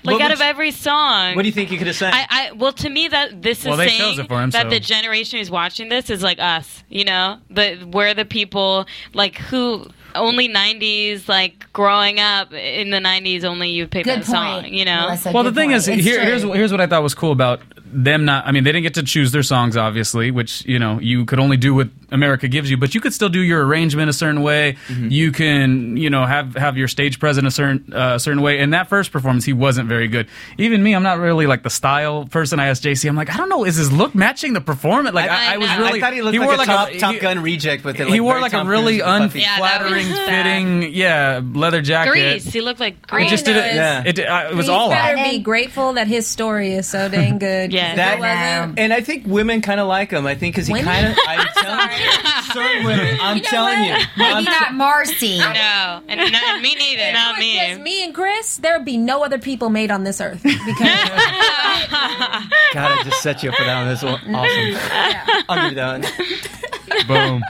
Speaker 8: Like
Speaker 7: What
Speaker 8: out
Speaker 7: would
Speaker 8: of
Speaker 7: you-
Speaker 8: every song.
Speaker 7: What do you think he could have said?
Speaker 6: I, I well to me that this
Speaker 4: Well,
Speaker 6: is
Speaker 4: they chose
Speaker 6: saying
Speaker 4: it for him,
Speaker 6: that
Speaker 4: so.
Speaker 6: the generation who's watching this is like us, you know, the we're the people like who only '90s like growing up in the '90s only you pick
Speaker 3: Good
Speaker 6: that
Speaker 3: point.
Speaker 6: song, you know.
Speaker 3: Melissa,
Speaker 4: well, the
Speaker 3: good
Speaker 4: thing
Speaker 3: point.
Speaker 4: is,
Speaker 3: It's
Speaker 4: here,
Speaker 3: true.
Speaker 4: here's here's what I thought was cool about them. Not, I mean, they didn't get to choose their songs, obviously, which you know you could only do what America gives you. But you could still do your arrangement a certain way. You can, you know, have have your stage present a certain uh, certain way. And that first performance, he wasn't very good. Even me, I'm not really like the style person. I asked JC, I'm like, I don't know, is his look matching the performance? Like, I, I was
Speaker 6: I
Speaker 4: really,
Speaker 7: I thought he looked
Speaker 4: wore
Speaker 7: like, a top,
Speaker 4: he-
Speaker 7: top Gun reject with it.
Speaker 4: He wore like a really
Speaker 7: unfit.
Speaker 6: Yeah, that was
Speaker 4: unflattering,
Speaker 6: sad.
Speaker 4: fitting, yeah, leather jacket.
Speaker 6: Grease. He looked like
Speaker 4: It
Speaker 6: grease.
Speaker 4: just did it.
Speaker 7: Yeah.
Speaker 4: It, uh, it was
Speaker 2: You
Speaker 4: all
Speaker 2: better
Speaker 4: out.
Speaker 2: be grateful that his story is so dang good.
Speaker 6: Yeah.
Speaker 2: If
Speaker 7: That- um,
Speaker 2: it wasn't-
Speaker 7: And I think women kind of like him. I think because he
Speaker 2: Women?
Speaker 7: kind of. I'm telling you, certain women. I'm telling you.
Speaker 3: Maybe
Speaker 7: I'm
Speaker 3: not Marcy.
Speaker 6: No, and not me neither.
Speaker 2: If it
Speaker 6: Not
Speaker 2: was
Speaker 6: me.
Speaker 2: Just me and Chris. There would be no other people made on this earth because
Speaker 7: God, I just set you up for that one. That's awesome. I'll give you that one.
Speaker 4: Boom.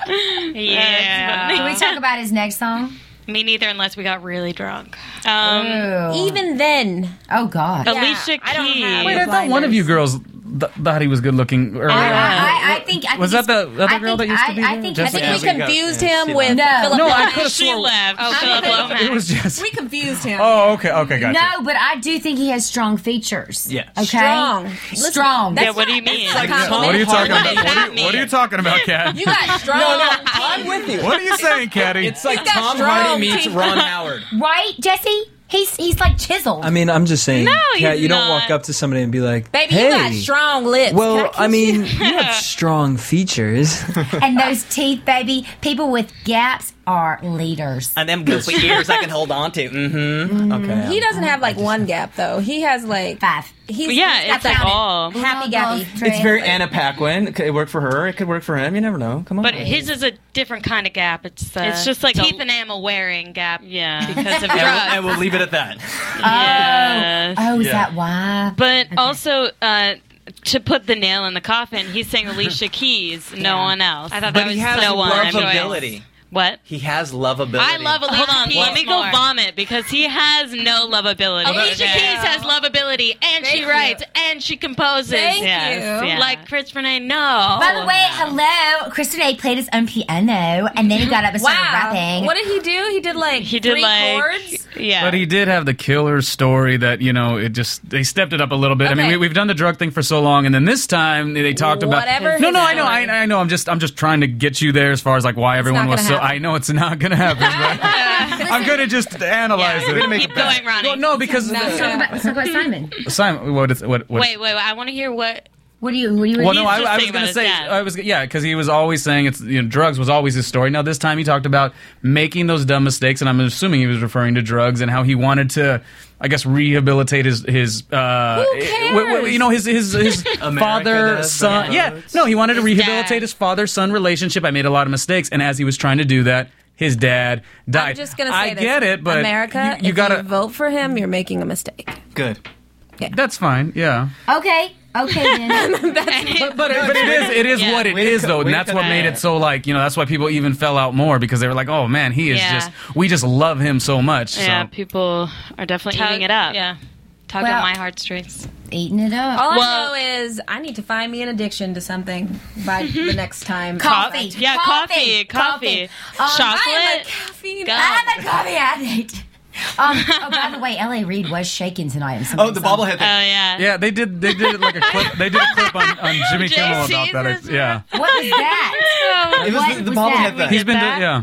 Speaker 6: Yeah,
Speaker 3: Can we talk about his next song?
Speaker 6: me neither. Unless we got really drunk. Um,
Speaker 2: even then,
Speaker 3: Oh God. I,
Speaker 6: Alicia
Speaker 8: I don't have-
Speaker 4: Wait, I
Speaker 6: Keys.
Speaker 4: thought one of you girls th- thought he was good looking earlier.
Speaker 3: I, I think I
Speaker 4: Was
Speaker 3: think
Speaker 4: that
Speaker 3: he's-
Speaker 4: the other
Speaker 3: I
Speaker 4: girl
Speaker 3: think
Speaker 4: that used to
Speaker 3: I-
Speaker 4: be
Speaker 3: I
Speaker 4: there?
Speaker 3: think I think
Speaker 4: Jessica
Speaker 7: Yeah,
Speaker 2: we
Speaker 3: we
Speaker 7: got-
Speaker 2: confused
Speaker 7: yeah,
Speaker 2: him
Speaker 7: she
Speaker 2: with
Speaker 3: left.
Speaker 2: Philip.
Speaker 3: No,
Speaker 4: no,
Speaker 2: Glass.
Speaker 4: I could have
Speaker 6: She
Speaker 4: sworn
Speaker 6: left. Oh, Philip
Speaker 4: it was
Speaker 6: Lomax.
Speaker 4: just.
Speaker 2: we confused him.
Speaker 4: Oh, okay, okay, gotcha.
Speaker 3: no, but I do think he has strong features.
Speaker 7: Yeah.
Speaker 3: Okay.
Speaker 2: Strong. Listen,
Speaker 3: Strong.
Speaker 2: that's
Speaker 6: Yeah, what do you
Speaker 2: not-
Speaker 6: mean?
Speaker 2: that's not a
Speaker 6: Like,
Speaker 2: compliment.
Speaker 4: What are you talking
Speaker 6: What
Speaker 4: about?
Speaker 6: does
Speaker 4: What
Speaker 6: that
Speaker 4: are, you, what are you
Speaker 6: mean?
Speaker 4: talking about, Kat?
Speaker 2: You got strong.
Speaker 7: No, no, I'm with you.
Speaker 4: what are you saying, Caddy?
Speaker 7: It's like
Speaker 2: got
Speaker 7: Tom
Speaker 2: strong
Speaker 7: Hardy meets
Speaker 2: teeth.
Speaker 7: Ron Howard.
Speaker 3: right, Jesse? He's he's like chiseled.
Speaker 9: I mean, I'm just saying,
Speaker 6: he's
Speaker 9: Kat, you don't
Speaker 6: not.
Speaker 9: walk up to somebody and be like,
Speaker 2: Baby,
Speaker 9: hey,
Speaker 2: you got strong lips. Can
Speaker 9: Well,
Speaker 2: kiss
Speaker 9: I mean, you
Speaker 2: you?
Speaker 9: have strong features.
Speaker 3: and those teeth, baby. People with gaps are leaders.
Speaker 7: And them goofy ears I can hold on to. Mm-hmm. Okay.
Speaker 2: he doesn't have like one gap though. He has like
Speaker 3: Five.
Speaker 2: He's
Speaker 8: Yeah,
Speaker 2: he's got
Speaker 8: it's like
Speaker 2: that
Speaker 8: all.
Speaker 2: happy Gabby.
Speaker 7: It's very Anna Paquin. It could work for her. It could work for him. You never know. Come on.
Speaker 6: But his is a different kind of gap. It's the
Speaker 8: It's just like a-
Speaker 6: teeth enamel wearing gap.
Speaker 8: Yeah.
Speaker 6: because of
Speaker 7: and, we'll,
Speaker 6: drugs. Oh.
Speaker 7: and we'll leave it at that.
Speaker 8: Yes.
Speaker 3: Oh, is that why?
Speaker 6: But also, uh, to put the nail in the coffin, he sang Alicia Keys, no one else. I thought
Speaker 7: But he has
Speaker 6: no one.
Speaker 7: lovability.
Speaker 6: What?
Speaker 7: He has lovability.
Speaker 6: I love Alicia
Speaker 8: Hold on,
Speaker 6: Keys.
Speaker 8: let
Speaker 6: Let me
Speaker 8: me
Speaker 6: go
Speaker 8: vomit because he has no lovability.
Speaker 6: Alicia Keys has lovability, and
Speaker 2: Thank
Speaker 6: she
Speaker 2: you.
Speaker 6: writes, and she composes.
Speaker 2: Thank
Speaker 8: Yes,
Speaker 2: you.
Speaker 8: yeah.
Speaker 6: Like Chris Renee, no.
Speaker 3: By the way, hello. Kristen A played his own piano and then he got up and started
Speaker 2: Wow.
Speaker 3: rapping.
Speaker 2: What did he do? He did like
Speaker 8: He did
Speaker 2: three
Speaker 8: like
Speaker 2: chords.
Speaker 8: yeah.
Speaker 4: But he did have the killer story that you know it just they stepped it up a little bit. I mean,
Speaker 2: Okay.
Speaker 4: we, we've done the drug thing for so long, and then this time they talked
Speaker 2: Whatever
Speaker 4: about. No,
Speaker 2: his
Speaker 4: no, I know, I,
Speaker 2: story.
Speaker 4: I know. I'm just, I'm just trying to get you there as far as like why everyone
Speaker 2: not
Speaker 4: was
Speaker 2: gonna
Speaker 4: so.
Speaker 2: happen.
Speaker 4: I know it's not gonna happen. But I'm gonna just analyze it.
Speaker 6: Keep going, Ronnie.
Speaker 4: Well, no, because
Speaker 2: No.
Speaker 3: Let's talk about, let's talk about Simon.
Speaker 4: Simon, what is what? what
Speaker 6: Wait, wait, wait. I want to hear what
Speaker 3: What do you? What do you?
Speaker 4: Well,
Speaker 6: He's
Speaker 4: no, I,
Speaker 6: just
Speaker 4: I was
Speaker 6: saying
Speaker 4: going
Speaker 6: about
Speaker 4: to
Speaker 6: his
Speaker 4: say,
Speaker 6: dad.
Speaker 4: I was, yeah, because he was always saying it's you know, drugs was always his story. Now this time he talked about making those dumb mistakes, and I'm assuming he was referring to drugs and how he wanted to, I guess, rehabilitate his his, uh,
Speaker 2: Who
Speaker 4: eh, w- w- you know, his his his father
Speaker 7: does
Speaker 4: son.
Speaker 7: drugs.
Speaker 4: Yeah, no, he wanted to
Speaker 6: His
Speaker 4: rehabilitate
Speaker 6: dad.
Speaker 4: his father son relationship. I made a lot of mistakes, and as he was trying to do that, his dad died.
Speaker 2: I'm just gonna say
Speaker 4: I
Speaker 2: this.
Speaker 4: get it, but
Speaker 2: America,
Speaker 4: you, you
Speaker 2: if
Speaker 4: gotta.
Speaker 2: you vote for him, you're making a mistake.
Speaker 7: Good.
Speaker 4: that's fine. Yeah.
Speaker 3: Okay. Okay. Then.
Speaker 4: But but, it- but it is it is
Speaker 6: Yeah.
Speaker 4: what it
Speaker 7: Way to
Speaker 4: is
Speaker 7: co-
Speaker 4: though,
Speaker 7: way
Speaker 4: and
Speaker 7: to
Speaker 4: that's
Speaker 7: come
Speaker 4: what
Speaker 7: back.
Speaker 4: made it so like you know that's why people even fell out more because they were like, oh man, he is
Speaker 6: Yeah.
Speaker 4: just we just love him so much.
Speaker 6: Yeah,
Speaker 4: so.
Speaker 6: people are definitely eating it up.
Speaker 10: Yeah. Tug
Speaker 3: Well-
Speaker 10: on my heartstrings.
Speaker 3: Eating it up.
Speaker 4: Oh,
Speaker 2: All
Speaker 6: Well-
Speaker 2: I know is I need to find me an addiction to something by
Speaker 8: Mm-hmm.
Speaker 2: the next time.
Speaker 3: coffee.
Speaker 6: Co- yeah, coffee, coffee.
Speaker 3: Um,
Speaker 2: I am a
Speaker 6: Chocolate.
Speaker 2: caffeine.
Speaker 6: God.
Speaker 3: I'm a coffee addict. Um, oh, by the way, L.A. Reid was shaking tonight. in
Speaker 7: Oh, the
Speaker 3: something.
Speaker 7: bobblehead
Speaker 6: Oh
Speaker 7: thing.
Speaker 6: yeah.
Speaker 4: Yeah, they did. They did like a clip. They did a clip on, on Jimmy
Speaker 6: Jay
Speaker 4: Kimmel about that.
Speaker 6: sees this
Speaker 4: yeah,
Speaker 3: What was that?
Speaker 7: it was
Speaker 3: what
Speaker 7: the, the
Speaker 3: was
Speaker 7: bobblehead
Speaker 3: that?
Speaker 7: thing.
Speaker 4: he's been.
Speaker 6: that?
Speaker 4: doing yeah,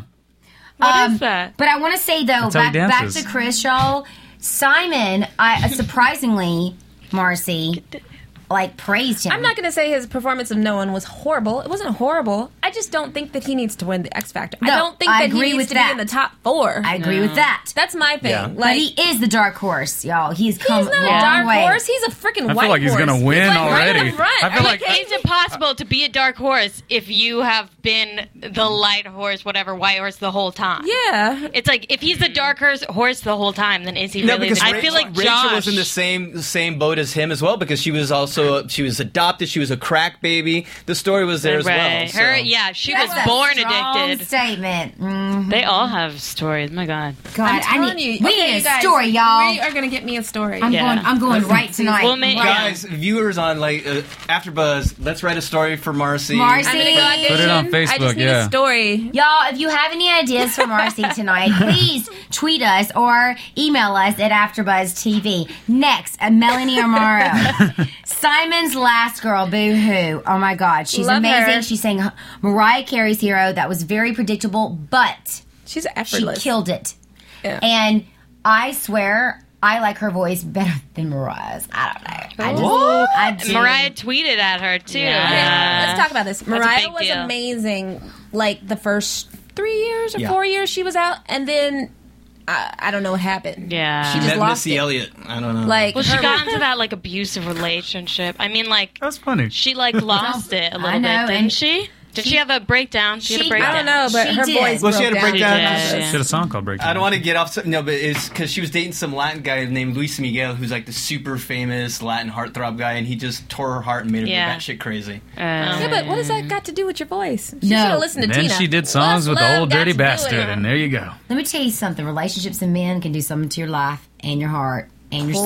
Speaker 6: What
Speaker 3: Um,
Speaker 6: is that?
Speaker 3: But I want to say though,
Speaker 4: That's how he
Speaker 3: back, back
Speaker 4: dances.
Speaker 3: to Chris, y'all. Simon, I uh, surprisingly, Marcy, like praised him.
Speaker 2: I'm not going to say his performance of No One was horrible. It wasn't horrible. I just don't think that he needs to win the X Factor.
Speaker 3: No,
Speaker 2: I don't think
Speaker 3: I
Speaker 2: that he
Speaker 3: agree
Speaker 2: needs
Speaker 3: with
Speaker 2: to
Speaker 3: that.
Speaker 2: be in the top four.
Speaker 3: I agree with that.
Speaker 2: That's my thing.
Speaker 7: Yeah.
Speaker 2: Like,
Speaker 3: but he is the dark horse, y'all. He's
Speaker 2: he's
Speaker 3: come
Speaker 2: not
Speaker 3: a
Speaker 2: a
Speaker 3: long
Speaker 2: dark
Speaker 3: way.
Speaker 2: horse. He's a freaking
Speaker 4: I
Speaker 2: white
Speaker 4: feel like he's
Speaker 2: horse.
Speaker 4: gonna
Speaker 2: He's,
Speaker 4: win
Speaker 2: like, right
Speaker 4: already.
Speaker 2: up front.
Speaker 4: I feel like
Speaker 6: it's impossible to be a dark horse if you have been the light horse, whatever white horse, the whole time.
Speaker 2: yeah.
Speaker 10: It's like if he's the dark horse, horse the whole time, then is he
Speaker 7: No,
Speaker 10: really?
Speaker 7: because
Speaker 10: the
Speaker 6: I
Speaker 7: Rachel,
Speaker 10: dark
Speaker 6: feel like
Speaker 10: horse?
Speaker 7: Rachel was
Speaker 6: Josh-
Speaker 7: in the same same boat as him as well because she was also she was adopted. She was a crack baby. The story was there
Speaker 6: Right.
Speaker 7: as well.
Speaker 6: Her,
Speaker 7: so.
Speaker 6: yeah, she
Speaker 3: That's
Speaker 6: was
Speaker 3: a
Speaker 6: born
Speaker 3: strong
Speaker 6: addicted.
Speaker 3: Statement. Mm,
Speaker 6: They all have stories. My God.
Speaker 3: God,
Speaker 2: I'm
Speaker 3: I
Speaker 2: telling
Speaker 3: need.
Speaker 2: you.
Speaker 3: we
Speaker 2: Okay,
Speaker 3: need a
Speaker 2: you guys,
Speaker 3: story, y'all.
Speaker 2: We are going to get me a story.
Speaker 3: I'm
Speaker 6: Yeah.
Speaker 3: going. I'm going right tonight.
Speaker 6: Well, ma-
Speaker 3: Right.
Speaker 7: Guys, viewers on like uh, AfterBuzz, let's write a story for Marcy.
Speaker 3: Marcy.
Speaker 2: I'm gonna go audition.
Speaker 4: Put it on
Speaker 2: I
Speaker 4: Facebook,
Speaker 2: just need
Speaker 4: yeah.
Speaker 2: a story.
Speaker 3: Y'all, if you have any ideas for Marcy tonight, please tweet us or email us at AfterBuzz TV. Next, uh, Melanie Amaro. Simon's Last Girl, Boo Hoo. Oh my God, she's
Speaker 2: Love
Speaker 3: amazing.
Speaker 2: her.
Speaker 3: She sang Mariah Carey's Hero. That was very predictable, but
Speaker 2: She's
Speaker 3: she
Speaker 2: effortless.
Speaker 3: killed it.
Speaker 2: Yeah.
Speaker 3: And I swear, I like her voice better than Mariah's. I don't know. I just, I do.
Speaker 6: Mariah tweeted at her too.
Speaker 2: Yeah,
Speaker 6: Yeah.
Speaker 2: Let's talk about this. Mariah
Speaker 6: big
Speaker 2: was
Speaker 6: deal.
Speaker 2: amazing, like the first three years or
Speaker 7: Yeah.
Speaker 2: four years she was out, and then I, I don't know what happened.
Speaker 6: Yeah.
Speaker 2: she just
Speaker 7: Met
Speaker 2: lost
Speaker 7: Missy
Speaker 2: it.
Speaker 7: Elliott. I don't know.
Speaker 2: Like,
Speaker 6: Well, she
Speaker 2: her-
Speaker 6: got into that like abusive relationship. I mean, like
Speaker 4: that's funny.
Speaker 6: she like lost it a
Speaker 3: I
Speaker 6: little
Speaker 3: know,
Speaker 6: bit,
Speaker 3: and
Speaker 6: didn't she? Did she, have a breakdown? She, had
Speaker 3: she-
Speaker 6: a
Speaker 2: I
Speaker 6: breakdown.
Speaker 2: don't know, but
Speaker 3: She
Speaker 2: her
Speaker 3: did.
Speaker 2: voice.
Speaker 7: well, she had a
Speaker 2: broke down.
Speaker 7: breakdown.
Speaker 6: She did.
Speaker 4: She had a song called "Break."
Speaker 7: I don't want to get off. so- No, but it's because she was dating some Latin guy named Luis Miguel, who's like the super famous Latin heartthrob guy, and he just tore her heart and made her
Speaker 6: Yeah.
Speaker 7: go batshit crazy.
Speaker 6: Uh,
Speaker 2: Yeah, but what does that got to do with your voice? She
Speaker 3: No.
Speaker 2: should have listened to
Speaker 4: Then
Speaker 2: Tina.
Speaker 4: she did
Speaker 2: What's
Speaker 4: songs with the
Speaker 2: love
Speaker 4: old
Speaker 2: got
Speaker 4: dirty
Speaker 2: to do with
Speaker 4: bastard,
Speaker 2: it?
Speaker 4: and there you go.
Speaker 3: Let me tell you something. Relationships and men can do something to your life and your heart and your
Speaker 2: Please.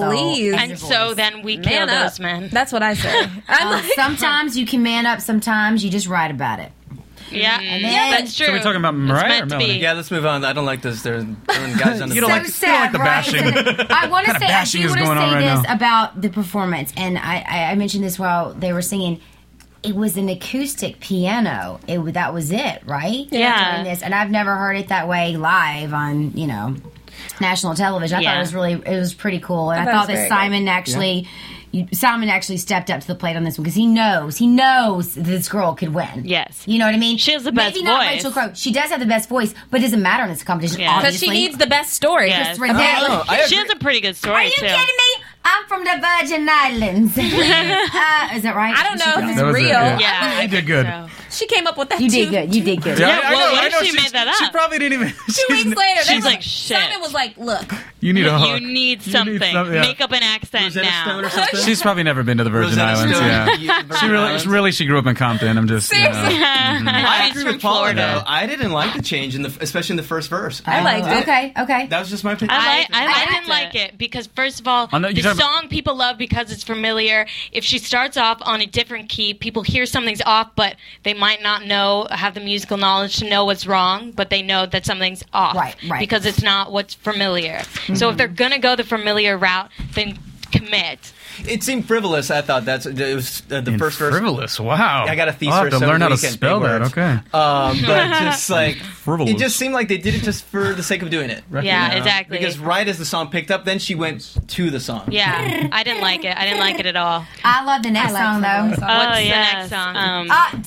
Speaker 3: soul.
Speaker 6: and
Speaker 3: your
Speaker 6: so
Speaker 3: voice.
Speaker 6: then we kill
Speaker 2: Man up.
Speaker 6: those men.
Speaker 2: That's what I say. I'm
Speaker 3: Um,
Speaker 2: like,
Speaker 3: sometimes you can man up. Sometimes you just write about it.
Speaker 6: yeah,
Speaker 3: then-
Speaker 6: yeah, that's true.
Speaker 4: So we're talking about Mariah
Speaker 6: meant
Speaker 4: or
Speaker 6: to
Speaker 4: Melody?
Speaker 6: be.
Speaker 7: Yeah, let's move on. I don't like this. They're throwing guys under
Speaker 4: You
Speaker 7: the
Speaker 4: don't
Speaker 7: bus.
Speaker 4: like- you don't like the
Speaker 3: right? I want to
Speaker 4: What
Speaker 3: say I
Speaker 4: kind of bashing
Speaker 3: do
Speaker 4: is
Speaker 3: want to
Speaker 4: going on
Speaker 3: say
Speaker 4: right
Speaker 3: this
Speaker 4: now?
Speaker 3: about the performance, and I, I, I mentioned this while they were singing. It was an acoustic piano. It wa- that was it, right?
Speaker 6: Yeah.
Speaker 3: During this, and I've never heard it that way live on you know national television. I thought
Speaker 6: Yeah.
Speaker 3: it was really it was pretty cool, and I,
Speaker 2: thought it
Speaker 3: thought
Speaker 2: was
Speaker 3: that
Speaker 2: very
Speaker 3: Simon actually. You, Simon actually stepped up to the plate on this one because he knows he knows this girl could win.
Speaker 6: Yes.
Speaker 3: you know what I mean.
Speaker 6: She has the
Speaker 3: Maybe
Speaker 6: best
Speaker 3: not
Speaker 6: voice.
Speaker 3: Rachel Crowe. She does have the best voice, but it doesn't matter in this competition.
Speaker 6: Yeah. 'Cause
Speaker 2: because
Speaker 3: obviously.
Speaker 2: she needs the best story.
Speaker 6: Yes.
Speaker 3: Renee.
Speaker 7: No, I
Speaker 6: She
Speaker 7: agree.
Speaker 6: has a pretty good story
Speaker 3: Are you
Speaker 6: too.
Speaker 3: kidding me? I'm from the Virgin Islands. uh, is that right?
Speaker 2: I don't know if
Speaker 3: She-
Speaker 2: it's
Speaker 4: That was it,
Speaker 2: real.
Speaker 4: yeah.
Speaker 6: Yeah,
Speaker 4: You did good.
Speaker 6: So.
Speaker 2: She came up with that.
Speaker 3: You did
Speaker 2: too.
Speaker 3: good. You did good.
Speaker 6: Yeah, well, what if she
Speaker 4: she's-
Speaker 6: made that
Speaker 4: She
Speaker 6: up?
Speaker 4: probably didn't even.
Speaker 2: Two
Speaker 4: she's-
Speaker 2: weeks later, they
Speaker 6: she's
Speaker 2: were
Speaker 6: like, "Shit."
Speaker 2: Simon was like, "Look,
Speaker 4: You need a
Speaker 6: You
Speaker 4: hook.
Speaker 6: need something.
Speaker 4: some- yeah.
Speaker 6: Make up an accent
Speaker 7: Rosetta
Speaker 6: now.
Speaker 7: Stone or something.
Speaker 4: She's probably never been to the Virgin
Speaker 7: Rosetta
Speaker 4: Islands.
Speaker 7: Stone.
Speaker 4: Yeah.
Speaker 7: You-
Speaker 4: She really, she really, she grew up in Compton. I'm just. You know.
Speaker 2: Seriously.
Speaker 7: I
Speaker 6: She's
Speaker 7: agree
Speaker 6: from
Speaker 7: with Paula,
Speaker 6: Florida.
Speaker 7: though. I didn't like the change, in the, especially in the first verse.
Speaker 2: I liked it."
Speaker 3: Okay, okay.
Speaker 7: That was just my opinion.
Speaker 6: I, I,
Speaker 3: liked
Speaker 6: didn't
Speaker 3: it.
Speaker 6: like it because first of all,
Speaker 4: I know-
Speaker 6: the
Speaker 4: you're talking
Speaker 6: song people love because it's familiar. If she starts off on a different key, people hear something's off, but they might not know have the musical knowledge to know what's wrong, but they know that something's off,
Speaker 3: Right, right.
Speaker 4: Mm-hmm.
Speaker 6: Because it's not what's familiar. So if they're gonna go the familiar route, then
Speaker 8: commit.
Speaker 7: It seemed frivolous. I thought that's it was uh, the
Speaker 4: And
Speaker 7: first verse.
Speaker 4: frivolous. Wow.
Speaker 7: I got a thesis.
Speaker 4: I'll have to
Speaker 7: over
Speaker 4: learn
Speaker 7: the
Speaker 4: how to
Speaker 7: weekend,
Speaker 4: spell
Speaker 7: big
Speaker 4: that.
Speaker 7: words.
Speaker 4: Okay.
Speaker 7: Um, but just like
Speaker 4: Frivolous.
Speaker 7: it just seemed like they did it just for the sake of doing it. Right?
Speaker 8: Yeah,
Speaker 4: Yeah.
Speaker 8: exactly.
Speaker 7: Because right as the song picked up, then she went to the song.
Speaker 8: yeah, I didn't like it. I didn't like it at all.
Speaker 3: I love the next
Speaker 2: I like
Speaker 3: song
Speaker 2: frivolous
Speaker 3: though.
Speaker 2: songs.
Speaker 8: What's
Speaker 6: Oh, yes.
Speaker 8: the next song?
Speaker 6: Um,
Speaker 3: Ah,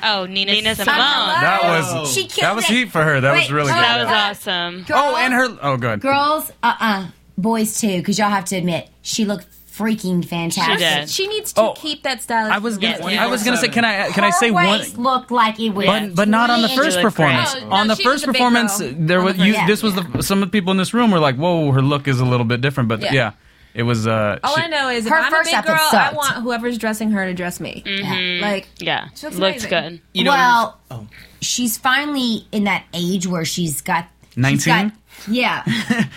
Speaker 3: duh.
Speaker 8: oh, Nina,
Speaker 6: Nina
Speaker 8: Simone.
Speaker 6: Simone.
Speaker 4: That
Speaker 7: Oh.
Speaker 4: was
Speaker 3: She killed
Speaker 4: that was
Speaker 3: it.
Speaker 4: heat for her. That was
Speaker 3: Wait,
Speaker 4: really
Speaker 3: oh,
Speaker 4: good.
Speaker 6: That was
Speaker 3: Yeah.
Speaker 6: awesome.
Speaker 3: Girl-
Speaker 4: oh, and her. Oh, good.
Speaker 3: girls. Uh uh boys too, because y'all have to admit she looked freaking fantastic.
Speaker 6: She did.
Speaker 2: She needs to
Speaker 4: Oh.
Speaker 2: keep that style.
Speaker 4: I was gonna.
Speaker 6: Yes,
Speaker 4: I was gonna say. Can I? Can I
Speaker 3: Her
Speaker 4: say one?
Speaker 3: waist looked like it was,
Speaker 4: But, but not on the
Speaker 3: 20
Speaker 4: first
Speaker 6: looked
Speaker 4: performance.
Speaker 2: great. Oh, No,
Speaker 4: on
Speaker 2: no,
Speaker 4: the
Speaker 2: she was
Speaker 4: first
Speaker 2: a big
Speaker 4: performance,
Speaker 2: girl.
Speaker 4: there
Speaker 2: On
Speaker 4: was
Speaker 2: the
Speaker 4: you.
Speaker 3: first-
Speaker 4: This was the some of the people in this room were like, "Whoa, her look is a little bit different." But yeah,
Speaker 2: Yeah.
Speaker 4: it was. Uh,
Speaker 2: All
Speaker 4: she-
Speaker 2: I know is if
Speaker 3: Her
Speaker 2: I'm a
Speaker 3: first
Speaker 2: big
Speaker 3: outfit
Speaker 2: girl, I
Speaker 3: sucked. Mm-hmm.
Speaker 2: want whoever's dressing her to dress me. Like
Speaker 6: Yeah,
Speaker 2: She looks
Speaker 6: looks
Speaker 2: amazing.
Speaker 6: good.
Speaker 7: You know what I'm-
Speaker 3: well, she's finally in that age where she's got she's
Speaker 4: 19?
Speaker 3: got- Yeah,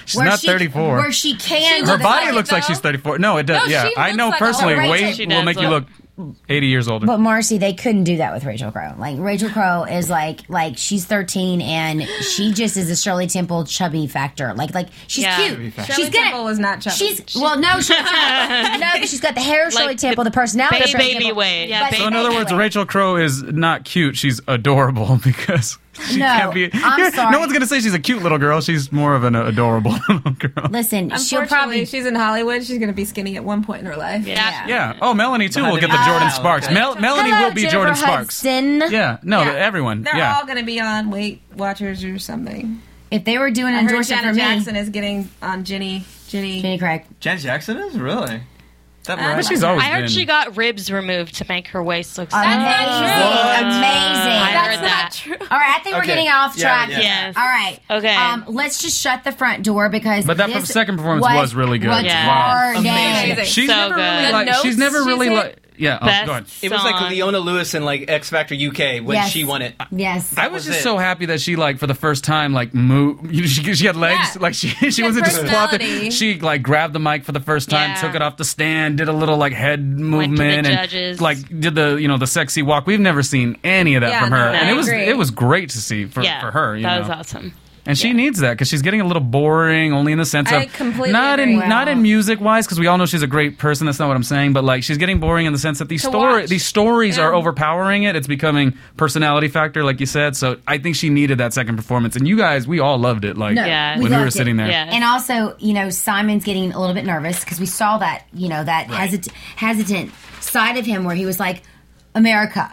Speaker 3: she's
Speaker 4: not 34.
Speaker 3: Where she can.
Speaker 4: her
Speaker 2: looks
Speaker 4: body
Speaker 2: like it,
Speaker 4: looks like
Speaker 2: though.
Speaker 4: she's 34. No, it does.
Speaker 2: No,
Speaker 4: yeah,
Speaker 2: she
Speaker 4: I
Speaker 2: looks
Speaker 4: know
Speaker 2: like a-
Speaker 4: personally.
Speaker 3: Oh, Rachel-
Speaker 4: weight
Speaker 6: She
Speaker 4: will
Speaker 6: does
Speaker 4: make you look
Speaker 6: look-
Speaker 4: 80 years older.
Speaker 3: But Marcy, they couldn't do that with Rachel Crow. Like Rachel Crow is like like she's thirteen and she just is a Shirley Temple chubby factor. Like like she's
Speaker 6: Yeah.
Speaker 3: cute. she's
Speaker 2: Shirley Temple was not chubby.
Speaker 3: She's well, no, she's not. no, but she's got the hair of Shirley
Speaker 6: Like
Speaker 3: Temple,
Speaker 6: the
Speaker 3: the personality of
Speaker 6: baby
Speaker 3: Shirley Temple.
Speaker 6: weight. Yeah,
Speaker 3: But-
Speaker 6: baby
Speaker 4: so in other words,
Speaker 3: anyway,
Speaker 4: Rachel Crow is not cute. She's adorable because she
Speaker 3: No,
Speaker 4: can't be.
Speaker 3: I'm
Speaker 4: you're-
Speaker 3: sorry.
Speaker 4: No one's gonna say she's a cute little girl. She's more of an adorable little girl.
Speaker 3: Listen, she'll
Speaker 2: Unfortunately,
Speaker 3: probably
Speaker 2: she's in Hollywood. She's gonna be skinny at one point in her life.
Speaker 6: Yeah.
Speaker 4: Yeah. Oh, Melanie too will
Speaker 7: Behind
Speaker 4: get
Speaker 7: the
Speaker 4: the Jordan
Speaker 7: eyes.
Speaker 4: Sparks.
Speaker 7: Okay.
Speaker 4: Mel- Melanie
Speaker 3: Hello,
Speaker 4: will be
Speaker 3: Jennifer
Speaker 4: Jordan Sparks.
Speaker 3: Hudson.
Speaker 4: Yeah. No,
Speaker 2: Yeah.
Speaker 4: everyone.
Speaker 2: They're
Speaker 4: yeah.
Speaker 2: all gonna be on Weight Watchers or something.
Speaker 3: If they were doing an
Speaker 2: I heard
Speaker 3: endorsement for
Speaker 2: Janet
Speaker 3: me,
Speaker 2: Jackson is getting on Jenny. Jenny.
Speaker 3: Jenny Craig.
Speaker 7: Janet Jackson is really. That
Speaker 2: Uh,
Speaker 7: right?
Speaker 4: But she's always
Speaker 6: I heard
Speaker 4: been-
Speaker 6: she got ribs removed to make her waist look.
Speaker 3: Amazing,
Speaker 6: sexy.
Speaker 3: amazing.
Speaker 6: I heard that.
Speaker 3: All right, I think we're
Speaker 7: Okay.
Speaker 3: getting off
Speaker 7: Yeah,
Speaker 3: track.
Speaker 7: yeah.
Speaker 3: here.
Speaker 6: Yes.
Speaker 3: All right.
Speaker 6: Okay.
Speaker 3: Um, let's just shut the front door because.
Speaker 4: But that
Speaker 3: this
Speaker 4: second performance was really good.
Speaker 3: Was
Speaker 6: Yeah.
Speaker 3: hard.
Speaker 7: Amazing.
Speaker 3: Yes.
Speaker 4: She's
Speaker 6: So
Speaker 4: never
Speaker 6: good.
Speaker 4: really
Speaker 6: The
Speaker 4: like. she's
Speaker 2: notes
Speaker 4: never
Speaker 2: she's
Speaker 4: really
Speaker 2: in-
Speaker 4: like. Yeah. Oh,
Speaker 6: Best
Speaker 4: go ahead.
Speaker 7: It was like
Speaker 6: song.
Speaker 7: Leona Lewis in like X Factor UK when she won it.
Speaker 3: Yes.
Speaker 4: I was
Speaker 7: was
Speaker 4: just
Speaker 7: it.
Speaker 4: so happy that she like for the first time like moved. You know, she, she had legs.
Speaker 2: Yeah.
Speaker 4: Like she she,
Speaker 2: had
Speaker 4: wasn't just plopping.
Speaker 2: personality.
Speaker 4: She like grabbed the mic for the first time,
Speaker 6: Yeah.
Speaker 4: took it off the stand, did a little like head
Speaker 6: Went to the
Speaker 4: movement, and
Speaker 6: judges.
Speaker 4: like did the you know the sexy walk. We've never seen any of that
Speaker 2: Yeah,
Speaker 4: from her,
Speaker 2: no,
Speaker 4: and
Speaker 2: I
Speaker 4: it was
Speaker 2: agree.
Speaker 4: it was great to see for,
Speaker 6: Yeah,
Speaker 4: for her. You
Speaker 6: that
Speaker 4: know?
Speaker 6: was awesome.
Speaker 4: And she needs that because she's getting a little boring, only in the sense
Speaker 2: I
Speaker 4: of
Speaker 2: completely
Speaker 4: not in
Speaker 2: agree.
Speaker 4: not in music wise, because we all know she's a great person. That's not what I'm saying, but like she's getting boring in the sense that these
Speaker 6: To
Speaker 4: story
Speaker 6: watch.
Speaker 4: these stories are
Speaker 2: Yeah.
Speaker 4: overpowering it. It's becoming personality factor, like you said. So I think she needed that second performance, and you guys, we all loved it. Like
Speaker 3: No,
Speaker 6: Yeah.
Speaker 3: we
Speaker 4: when we were
Speaker 3: loved it.
Speaker 4: sitting there,
Speaker 6: Yeah.
Speaker 3: And also, you know, Simon's getting a little bit nervous because we saw that, you know, that hesit- hesitant side of him where he was like, America,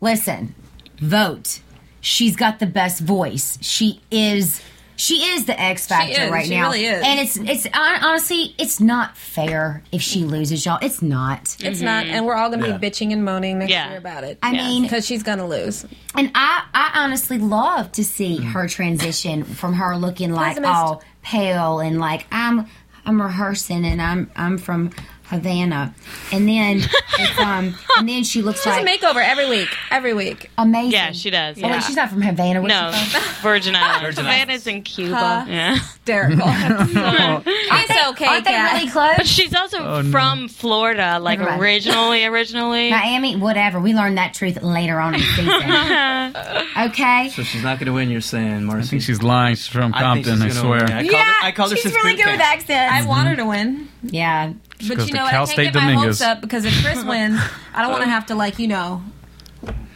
Speaker 3: listen, vote. She's got the best voice. She is. She is the X factor
Speaker 2: is.
Speaker 3: right
Speaker 2: She
Speaker 3: now,
Speaker 2: really is.
Speaker 3: and it's it's hon- honestly it's not fair if she loses, y'all. It's not.
Speaker 2: It's not, and we're all gonna
Speaker 7: Yeah.
Speaker 2: be bitching and moaning next
Speaker 6: Yeah.
Speaker 2: year about it.
Speaker 3: I mean,
Speaker 2: because she's gonna lose.
Speaker 3: And I, I honestly love to see
Speaker 6: Mm.
Speaker 3: her transition from her looking like
Speaker 2: Pessimist.
Speaker 3: all pale and like I'm I'm rehearsing and I'm I'm from Havana, and then it's, um and then she looks
Speaker 2: It's a
Speaker 3: like
Speaker 2: makeover every week. Every week.
Speaker 3: amazing.
Speaker 6: Yeah, she does.
Speaker 3: Oh,
Speaker 6: yeah.
Speaker 3: wait, she's not from Havana. Where's
Speaker 6: no,
Speaker 3: she from?
Speaker 6: Virgin Islands.
Speaker 7: Virgin
Speaker 6: Savannah's in Cuba.
Speaker 2: Huh.
Speaker 6: Yeah.
Speaker 2: Hysterical. it's okay,
Speaker 3: Aren't they
Speaker 2: Kat.
Speaker 3: really close?
Speaker 6: But she's also from Florida, like
Speaker 3: Never mind.
Speaker 6: originally, originally.
Speaker 3: Miami, whatever. We learned that truth later on in the season. okay.
Speaker 7: So she's not going to win. You're saying, Marcy?
Speaker 4: I think she's lying. She's from Compton. I, swear.
Speaker 7: I called
Speaker 3: Yeah,
Speaker 7: her, I called her
Speaker 3: she's
Speaker 7: since
Speaker 3: really
Speaker 7: boot
Speaker 3: good with
Speaker 7: camp.
Speaker 2: I
Speaker 3: accents.
Speaker 2: want her to win,
Speaker 3: Yeah,
Speaker 2: but
Speaker 4: Mm-hmm. goes
Speaker 2: you
Speaker 4: to
Speaker 2: know what?
Speaker 4: Cal
Speaker 2: I can't
Speaker 4: State
Speaker 2: get my
Speaker 4: Dominguez.
Speaker 2: hopes up because if Chris wins, I don't want to have to like you know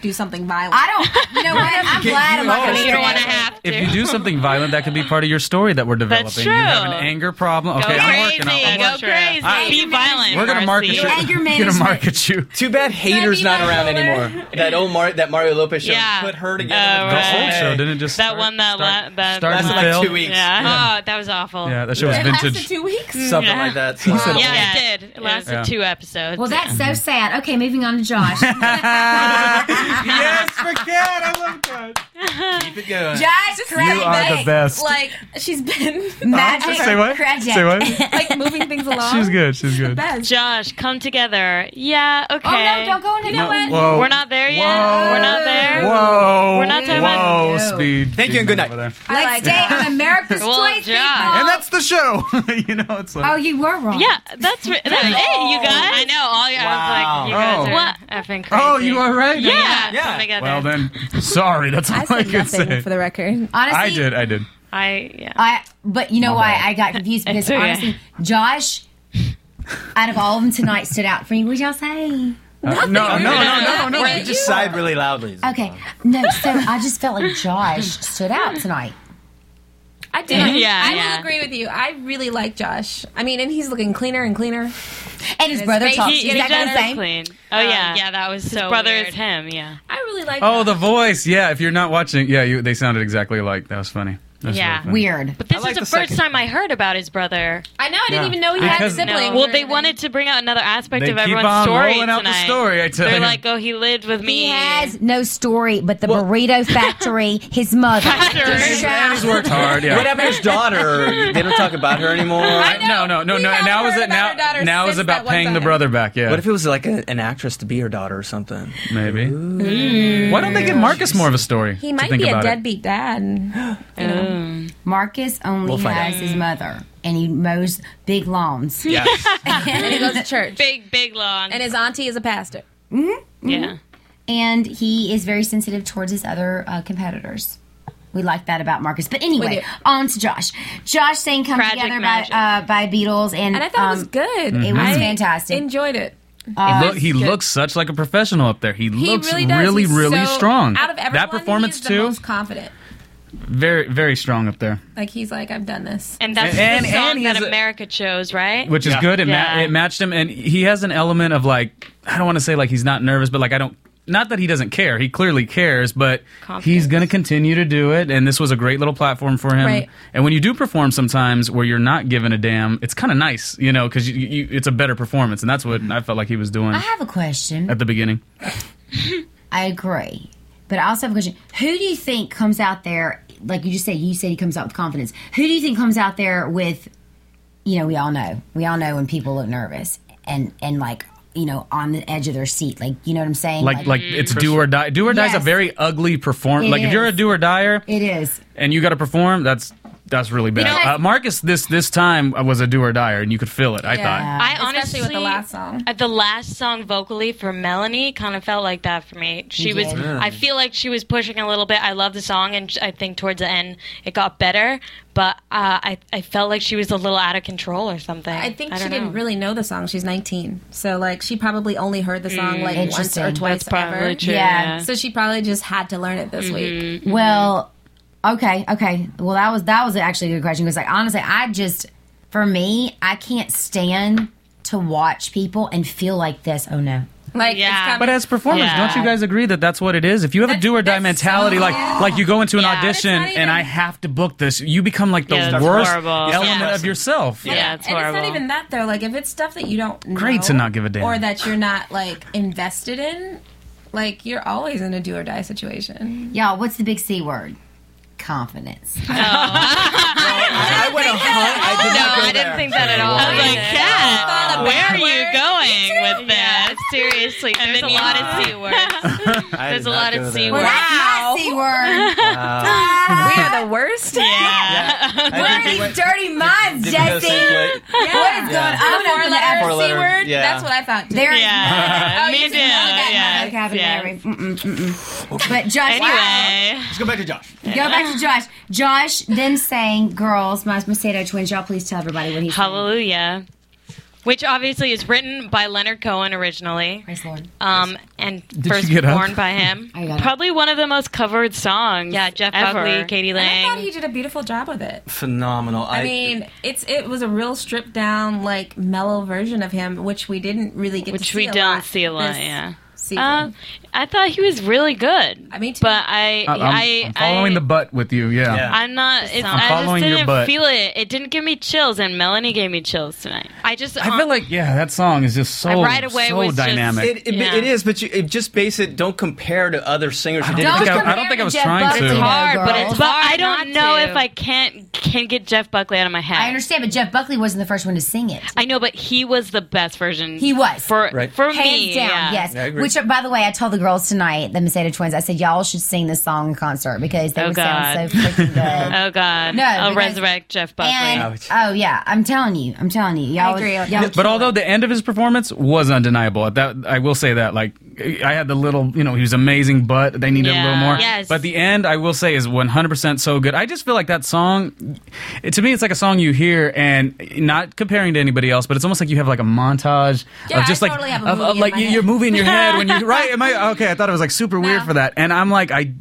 Speaker 2: do something violent.
Speaker 3: I don't. You know what? I'm glad I'm not going to
Speaker 6: You
Speaker 3: hear
Speaker 6: don't want
Speaker 3: that.
Speaker 6: to have to.
Speaker 4: If you do something violent, that could be part of your story that we're developing. You
Speaker 6: true.
Speaker 4: have an anger problem.
Speaker 6: go
Speaker 4: Okay, I'm
Speaker 6: crazy,
Speaker 4: working. on it.
Speaker 6: go crazy, be violent.
Speaker 4: We're gonna market
Speaker 6: Marcy.
Speaker 3: Anger
Speaker 4: you. We're gonna
Speaker 3: management.
Speaker 4: market you.
Speaker 7: Too bad haters
Speaker 2: be
Speaker 7: not
Speaker 2: my
Speaker 7: around
Speaker 2: ruler.
Speaker 7: anymore. That old Mar- that Mario Lopez show
Speaker 6: Yeah.
Speaker 7: put her together.
Speaker 6: Uh,
Speaker 7: with
Speaker 4: The
Speaker 6: right.
Speaker 7: Dulce
Speaker 4: whole
Speaker 7: May.
Speaker 4: show didn't it just
Speaker 6: That
Speaker 4: start-
Speaker 6: one that
Speaker 4: start,
Speaker 6: la- that-
Speaker 4: start
Speaker 7: Lasted
Speaker 4: and
Speaker 7: like
Speaker 4: fail?
Speaker 7: two weeks.
Speaker 6: Yeah. Oh, that was awful.
Speaker 4: Yeah, that show was
Speaker 2: It
Speaker 4: vintage.
Speaker 2: lasted two weeks.
Speaker 7: something
Speaker 6: Yeah.
Speaker 7: like that.
Speaker 6: Yeah,
Speaker 7: So-
Speaker 6: it did. It lasted
Speaker 4: Yeah.
Speaker 6: two episodes.
Speaker 3: Well, that's so sad. Okay, moving on to Josh.
Speaker 4: yes, for Kat. I love that.
Speaker 7: Keep it going.
Speaker 3: Josh, correct.
Speaker 4: You are the best.
Speaker 2: Like she's been
Speaker 3: Magic
Speaker 4: Say what?
Speaker 3: Credit.
Speaker 4: Say what?
Speaker 2: like moving things along.
Speaker 4: She's good. She's good.
Speaker 2: Best.
Speaker 6: Josh, come together. Yeah, okay.
Speaker 3: Oh no, don't go into that one.
Speaker 4: Whoa.
Speaker 6: We're not there yet. We're not there.
Speaker 4: Whoa.
Speaker 6: We're not talking about-
Speaker 4: Whoa,
Speaker 3: No.
Speaker 4: speed.
Speaker 7: Thank you and
Speaker 4: Speed
Speaker 7: good
Speaker 4: over
Speaker 7: night.
Speaker 4: there.
Speaker 3: Let's
Speaker 2: like
Speaker 3: stay on America's
Speaker 6: Well,
Speaker 3: Choice,
Speaker 6: Josh.
Speaker 3: people.
Speaker 2: Oh.
Speaker 4: And that's the show. you know, it's
Speaker 3: oh,
Speaker 4: like.
Speaker 3: you were wrong.
Speaker 6: Yeah, that's re- that's it, you
Speaker 8: Oh,
Speaker 6: guys. I know. All
Speaker 7: Wow.
Speaker 6: I was like, you
Speaker 4: Oh.
Speaker 6: guys are
Speaker 4: What?
Speaker 6: effing crazy.
Speaker 4: Oh, you are right.
Speaker 6: Yeah,
Speaker 7: Yeah.
Speaker 6: come together.
Speaker 4: Well then, sorry. That's all
Speaker 2: I
Speaker 4: I,
Speaker 2: said
Speaker 4: could
Speaker 2: nothing
Speaker 4: say.
Speaker 2: for the record.
Speaker 3: honestly,
Speaker 4: I did. I did.
Speaker 6: I yeah.
Speaker 3: I, but you know
Speaker 4: My
Speaker 3: why
Speaker 4: bad.
Speaker 3: I got confused because
Speaker 6: okay.
Speaker 3: honestly, Josh out of all of them tonight stood out for you? What would y'all say?
Speaker 4: Uh, no, no, no, no, no.
Speaker 7: You just sighed really loudly.
Speaker 3: Okay, no. So I just felt like Josh stood out tonight.
Speaker 2: I do. Yeah,
Speaker 8: Yeah,
Speaker 2: I
Speaker 8: yeah.
Speaker 2: will agree with you. I really like Josh. I mean, and he's looking cleaner and cleaner.
Speaker 3: And his
Speaker 2: His
Speaker 3: brother
Speaker 2: face-
Speaker 3: talks
Speaker 2: he- he
Speaker 3: exactly the
Speaker 2: does
Speaker 3: same.
Speaker 8: Clean. Oh yeah, yeah. That was so.
Speaker 6: brother
Speaker 8: weird.
Speaker 6: is him, yeah.
Speaker 2: I really like.
Speaker 4: Oh, the
Speaker 2: Josh.
Speaker 4: voice. Yeah, if you're not watching, yeah, you, they sounded exactly alike. That was funny. That was
Speaker 8: Yeah.
Speaker 4: really funny.
Speaker 3: Weird.
Speaker 8: But this
Speaker 7: like
Speaker 8: is the,
Speaker 7: the
Speaker 8: first
Speaker 7: second.
Speaker 8: time I heard about his brother.
Speaker 2: I know. I didn't
Speaker 7: Yeah.
Speaker 2: even know he
Speaker 4: Because-
Speaker 2: had a sibling.
Speaker 8: No.
Speaker 2: or
Speaker 8: Well, they
Speaker 2: anything.
Speaker 8: wanted to bring out another aspect
Speaker 4: They
Speaker 8: of
Speaker 4: keep
Speaker 8: everyone's
Speaker 4: on
Speaker 8: story
Speaker 4: rolling out the
Speaker 8: tonight.
Speaker 4: story, I tell
Speaker 8: They're
Speaker 4: you.
Speaker 8: like, oh, he lived with me.
Speaker 3: He has no story, but the burrito factory, his mother.
Speaker 8: Factory.
Speaker 4: He's worked hard. Yeah.
Speaker 7: What happened to his daughter? they don't talk about her anymore.
Speaker 4: I- no, no, no,
Speaker 2: We
Speaker 4: no.
Speaker 2: haven't
Speaker 4: Now is
Speaker 2: heard
Speaker 4: it
Speaker 2: about
Speaker 4: now?
Speaker 2: her daughter
Speaker 4: Now
Speaker 2: since
Speaker 4: is about
Speaker 2: that one
Speaker 4: paying the
Speaker 2: time.
Speaker 4: brother back. Yeah.
Speaker 7: What if it was like a, an actress to be her daughter or something?
Speaker 4: maybe? Why don't they give Marcus more of a story?
Speaker 2: He
Speaker 4: to
Speaker 2: might
Speaker 4: think
Speaker 2: be a
Speaker 4: about it?
Speaker 2: deadbeat dad. and-
Speaker 3: Marcus only
Speaker 7: We'll find
Speaker 3: has
Speaker 7: out.
Speaker 3: his mother, and he mows big lawns.
Speaker 7: Yes.
Speaker 2: and he goes to church.
Speaker 8: Big, big lawn.
Speaker 2: And his auntie is a pastor.
Speaker 8: yeah.
Speaker 3: and he is very sensitive towards his other uh, competitors. We like that about Marcus. But
Speaker 2: We
Speaker 3: anyway,
Speaker 2: do.
Speaker 3: on to Josh. Josh saying "Come
Speaker 8: Tragic
Speaker 3: Together"
Speaker 8: Magic.
Speaker 3: by uh, by Beatles, and,
Speaker 2: And I thought it was
Speaker 3: um,
Speaker 2: good.
Speaker 4: Mm-hmm.
Speaker 3: It was
Speaker 2: I
Speaker 3: fantastic.
Speaker 2: Enjoyed it.
Speaker 4: Look, he looks such like a professional up there. He,
Speaker 2: He
Speaker 4: looks
Speaker 2: really does.
Speaker 4: really,
Speaker 2: He's
Speaker 4: really
Speaker 2: so-
Speaker 4: strong.
Speaker 2: Out of everyone,
Speaker 4: that performance
Speaker 2: he's
Speaker 4: too,
Speaker 2: The most confident.
Speaker 4: very, very strong up there,
Speaker 2: Like he's like, I've done this.
Speaker 8: And that's
Speaker 4: And-
Speaker 8: the
Speaker 4: and
Speaker 8: song
Speaker 4: he
Speaker 8: that
Speaker 4: has a-
Speaker 8: America chose, right?
Speaker 4: which is
Speaker 7: Yeah.
Speaker 4: good. It,
Speaker 8: Yeah.
Speaker 4: ma- it matched him, and he has an element of like I don't want to say like he's not nervous, but like I don't. Not that he doesn't care. He clearly cares, but he's
Speaker 8: Confidence.
Speaker 4: going to continue to do it. And this was a great little platform for him.
Speaker 2: Right.
Speaker 4: And when you do perform sometimes where you're not given a damn, it's kind of nice, you know, because you, you, it's a better performance. And that's what I felt like he was doing
Speaker 3: I have a question.
Speaker 4: at the beginning.
Speaker 3: I agree, but I also have a question. Who do you think comes out there? Like you just said, you said he comes out with confidence. Who do you think comes out there with? You know, we all know. We all know when people look nervous and and like you know on the edge of their seat. Like you know what I'm saying?
Speaker 4: Like, like it's do or die. Do or die is
Speaker 3: Yes.
Speaker 4: a very ugly perform.
Speaker 3: It
Speaker 4: like if you're a
Speaker 3: is.
Speaker 4: do or dier,
Speaker 3: it is.
Speaker 4: and you got to perform, that's that's really bad.
Speaker 3: know-
Speaker 4: uh, Marcus, this this time was a do or die, and you could feel it. I thought.
Speaker 8: I honestly,
Speaker 2: Especially with the last song.
Speaker 8: at the last song vocally for Melanie, kind of felt like that for me. She was, I feel like she was pushing a little bit. I love the song, and I think towards the end it got better, but uh, I I felt like she was a little out of control or something.
Speaker 2: I think
Speaker 8: don't
Speaker 2: she didn't
Speaker 8: know.
Speaker 2: really know the song. She's 19, so like she probably only heard the song like once or
Speaker 3: Interesting.
Speaker 2: twice
Speaker 8: That's probably
Speaker 2: ever.
Speaker 8: true.
Speaker 3: Yeah. Mm-hmm.
Speaker 8: yeah.
Speaker 2: So she probably just had to learn it this week.
Speaker 3: Well, okay, okay. Well, that was that was actually a good question because, like, honestly, I just for me, I can't stand to watch people and feel like this. Oh no,
Speaker 2: Like
Speaker 8: Yeah.
Speaker 2: it's coming.
Speaker 4: But as performers,
Speaker 8: Yeah.
Speaker 4: don't you guys agree that that's what it is? If you have a
Speaker 2: That-
Speaker 4: do or die
Speaker 2: that's
Speaker 4: mentality,
Speaker 2: so-
Speaker 4: like like you go into an
Speaker 8: Yeah. But it's
Speaker 4: audition
Speaker 2: not even-
Speaker 4: and I have to book this, you become like the
Speaker 8: Yeah, that's
Speaker 4: worst
Speaker 8: horrible.
Speaker 4: element
Speaker 8: Yeah.
Speaker 4: of yourself.
Speaker 8: Yeah, it's
Speaker 2: and
Speaker 8: horrible.
Speaker 2: it's not even that though. Like if it's stuff that you don't know,
Speaker 4: Great to not give a damn.
Speaker 2: or that you're not like invested in, like you're always in a do or die situation.
Speaker 3: y'all, what's the big C word? Confidence.
Speaker 7: I went a hunt. I did
Speaker 8: no,
Speaker 7: not go
Speaker 8: I didn't
Speaker 7: there.
Speaker 8: think that at all. I was like, Kat, where are you going with that? Seriously, there's a lot of C words.
Speaker 7: I
Speaker 8: There's
Speaker 7: did
Speaker 8: a lot
Speaker 7: not go
Speaker 8: of
Speaker 7: there.
Speaker 8: C words.
Speaker 3: That's my C word.
Speaker 2: We are the worst.
Speaker 8: Yeah.
Speaker 7: I didn't
Speaker 3: These
Speaker 7: think
Speaker 3: dirty minds,
Speaker 7: it went- didn't
Speaker 3: Jesse.
Speaker 7: go so quick.
Speaker 3: What is going
Speaker 7: Yeah.
Speaker 3: on? over there?
Speaker 7: Four letter,
Speaker 2: C word.
Speaker 7: yeah.
Speaker 2: That's what I thought. Too.
Speaker 3: There is
Speaker 8: Yeah.
Speaker 3: no-
Speaker 8: Me
Speaker 3: oh, you didn't
Speaker 8: too,
Speaker 3: know that
Speaker 8: yes,
Speaker 3: in my vocabulary. Mm-mm, mm-mm. But Josh,
Speaker 8: Anyway.
Speaker 7: Let's go back to Josh.
Speaker 3: Go back to Josh. Josh then sang "Girls," my Macedo twins. Y'all, please tell everybody what he sang.
Speaker 8: Hallelujah. Which obviously is written by Leonard Cohen originally,
Speaker 3: Praise the Lord.
Speaker 8: um, and first
Speaker 4: you get up?
Speaker 8: performed by him.
Speaker 3: I got it.
Speaker 6: Probably one of the most covered songs.
Speaker 8: Yeah, Jeff
Speaker 6: ever.
Speaker 8: Buckley, Katie
Speaker 2: And I thought
Speaker 8: Lang.
Speaker 2: he did a beautiful job with it.
Speaker 7: Phenomenal.
Speaker 2: I mean, it's it was a real stripped down, like mellow version of him, which we didn't really get to
Speaker 6: Which
Speaker 2: see
Speaker 6: we
Speaker 2: a
Speaker 6: don't
Speaker 2: lot
Speaker 6: see a lot,
Speaker 2: this
Speaker 6: yeah.
Speaker 2: season.
Speaker 6: Uh, I thought he was really good.
Speaker 2: I mean, too.
Speaker 6: but I,
Speaker 4: I,
Speaker 6: I,
Speaker 4: am Uh, following
Speaker 6: I-
Speaker 4: the butt with you. Yeah.
Speaker 7: Yeah.
Speaker 6: I'm not. It's,
Speaker 4: I'm
Speaker 6: I just
Speaker 4: following your
Speaker 6: didn't
Speaker 4: butt.
Speaker 6: feel it. It didn't give me chills, and Melanie gave me chills tonight.
Speaker 8: I just
Speaker 4: I feel like yeah, that song is just so
Speaker 6: right away
Speaker 4: so
Speaker 6: was just-
Speaker 4: dynamic.
Speaker 7: it, it,
Speaker 6: Yeah.
Speaker 7: it is, but you it just base it. Don't compare to other singers. who
Speaker 4: I
Speaker 7: did
Speaker 4: don't
Speaker 7: it.
Speaker 4: think
Speaker 7: Just
Speaker 4: I-
Speaker 7: compare-
Speaker 4: I don't think I was
Speaker 3: Jeff
Speaker 4: trying
Speaker 3: Buckley
Speaker 4: to.
Speaker 3: though,
Speaker 6: hard, but
Speaker 3: girls.
Speaker 6: it's
Speaker 8: But
Speaker 6: hard.
Speaker 8: I
Speaker 6: I
Speaker 8: don't
Speaker 6: don't
Speaker 8: not
Speaker 6: know
Speaker 8: to.
Speaker 6: if I can't can get Jeff Buckley out of my head.
Speaker 3: I understand, but Jeff Buckley wasn't the first one to sing it.
Speaker 6: I know, but he was the best version.
Speaker 3: He was.
Speaker 6: for
Speaker 7: Right.
Speaker 6: for
Speaker 3: Hands
Speaker 6: me.
Speaker 3: down,
Speaker 6: yeah.
Speaker 3: yes.
Speaker 7: I agree.
Speaker 3: Which, by the way, I told the girls tonight, the Macedo twins, I said, y'all should sing this song in concert because they
Speaker 6: Oh,
Speaker 3: would sound
Speaker 6: God.
Speaker 3: so freaking good.
Speaker 6: Oh God!
Speaker 3: No,
Speaker 6: I'll
Speaker 3: because-
Speaker 6: resurrect Jeff Buckley.
Speaker 3: and,
Speaker 7: Ouch.
Speaker 3: oh, yeah, I'm telling you. I'm telling you. Y'all
Speaker 2: I agree.
Speaker 3: Y'all
Speaker 4: But although the end of his performance was undeniable, that I will say that like I had the little, you know, he was amazing, but they needed a little
Speaker 6: Yeah.
Speaker 4: more.
Speaker 6: Yes.
Speaker 4: But the end, I will say, is 100% so good. I just feel like that song, it, to me, it's like a song you hear and not comparing to anybody else, but it's almost like you have like a montage
Speaker 2: Yeah,
Speaker 4: of just
Speaker 2: I
Speaker 4: like,
Speaker 2: totally have a
Speaker 4: of,
Speaker 2: movie
Speaker 4: of
Speaker 2: in
Speaker 4: like
Speaker 2: my
Speaker 4: you-
Speaker 2: head.
Speaker 4: you're moving your head when you, right? Am I, okay, I thought it was like super weird
Speaker 2: No.
Speaker 4: for that. And I'm like, I,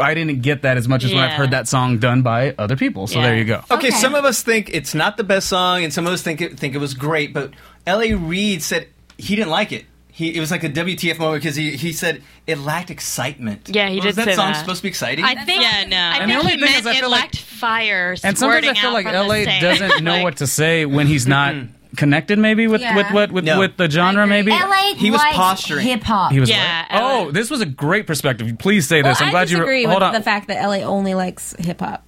Speaker 4: I didn't get that as much as when I've
Speaker 6: Yeah.
Speaker 4: heard that song done by other people. So
Speaker 6: Yeah.
Speaker 4: there you go.
Speaker 7: Okay,
Speaker 2: Okay.
Speaker 7: some of us think it's not the best song, and some of us think it, think it was great. But L.A. Reid said he didn't like it. He, it was like a WTF moment because he, he said it lacked excitement.
Speaker 6: Yeah, he
Speaker 7: Was
Speaker 6: did
Speaker 7: that
Speaker 6: say
Speaker 7: song
Speaker 6: that.
Speaker 7: supposed to be exciting?
Speaker 6: I think,
Speaker 8: Yeah, no.
Speaker 6: I
Speaker 4: And the
Speaker 6: think
Speaker 4: only
Speaker 6: he
Speaker 4: thing
Speaker 6: meant
Speaker 4: is I
Speaker 6: it
Speaker 4: feel like-
Speaker 6: lacked fire.
Speaker 4: and sometimes I
Speaker 6: squirting
Speaker 4: feel
Speaker 6: out
Speaker 4: like
Speaker 6: from the
Speaker 4: LA
Speaker 6: sink.
Speaker 4: doesn't know
Speaker 6: Like,
Speaker 4: what to say when he's not connected, maybe with
Speaker 2: Yeah.
Speaker 4: with what with,
Speaker 7: No.
Speaker 4: with the genre,
Speaker 2: agree.
Speaker 4: maybe.
Speaker 3: LA
Speaker 7: He was
Speaker 3: likes
Speaker 7: posturing.
Speaker 3: hip hop.
Speaker 4: He was
Speaker 6: Yeah,
Speaker 4: what?
Speaker 6: LA.
Speaker 4: Oh, this was a great perspective. Please say this.
Speaker 2: Well,
Speaker 4: I'm glad
Speaker 2: I disagree
Speaker 4: you.
Speaker 2: with
Speaker 4: Hold on.
Speaker 2: the fact that LA only likes hip hop.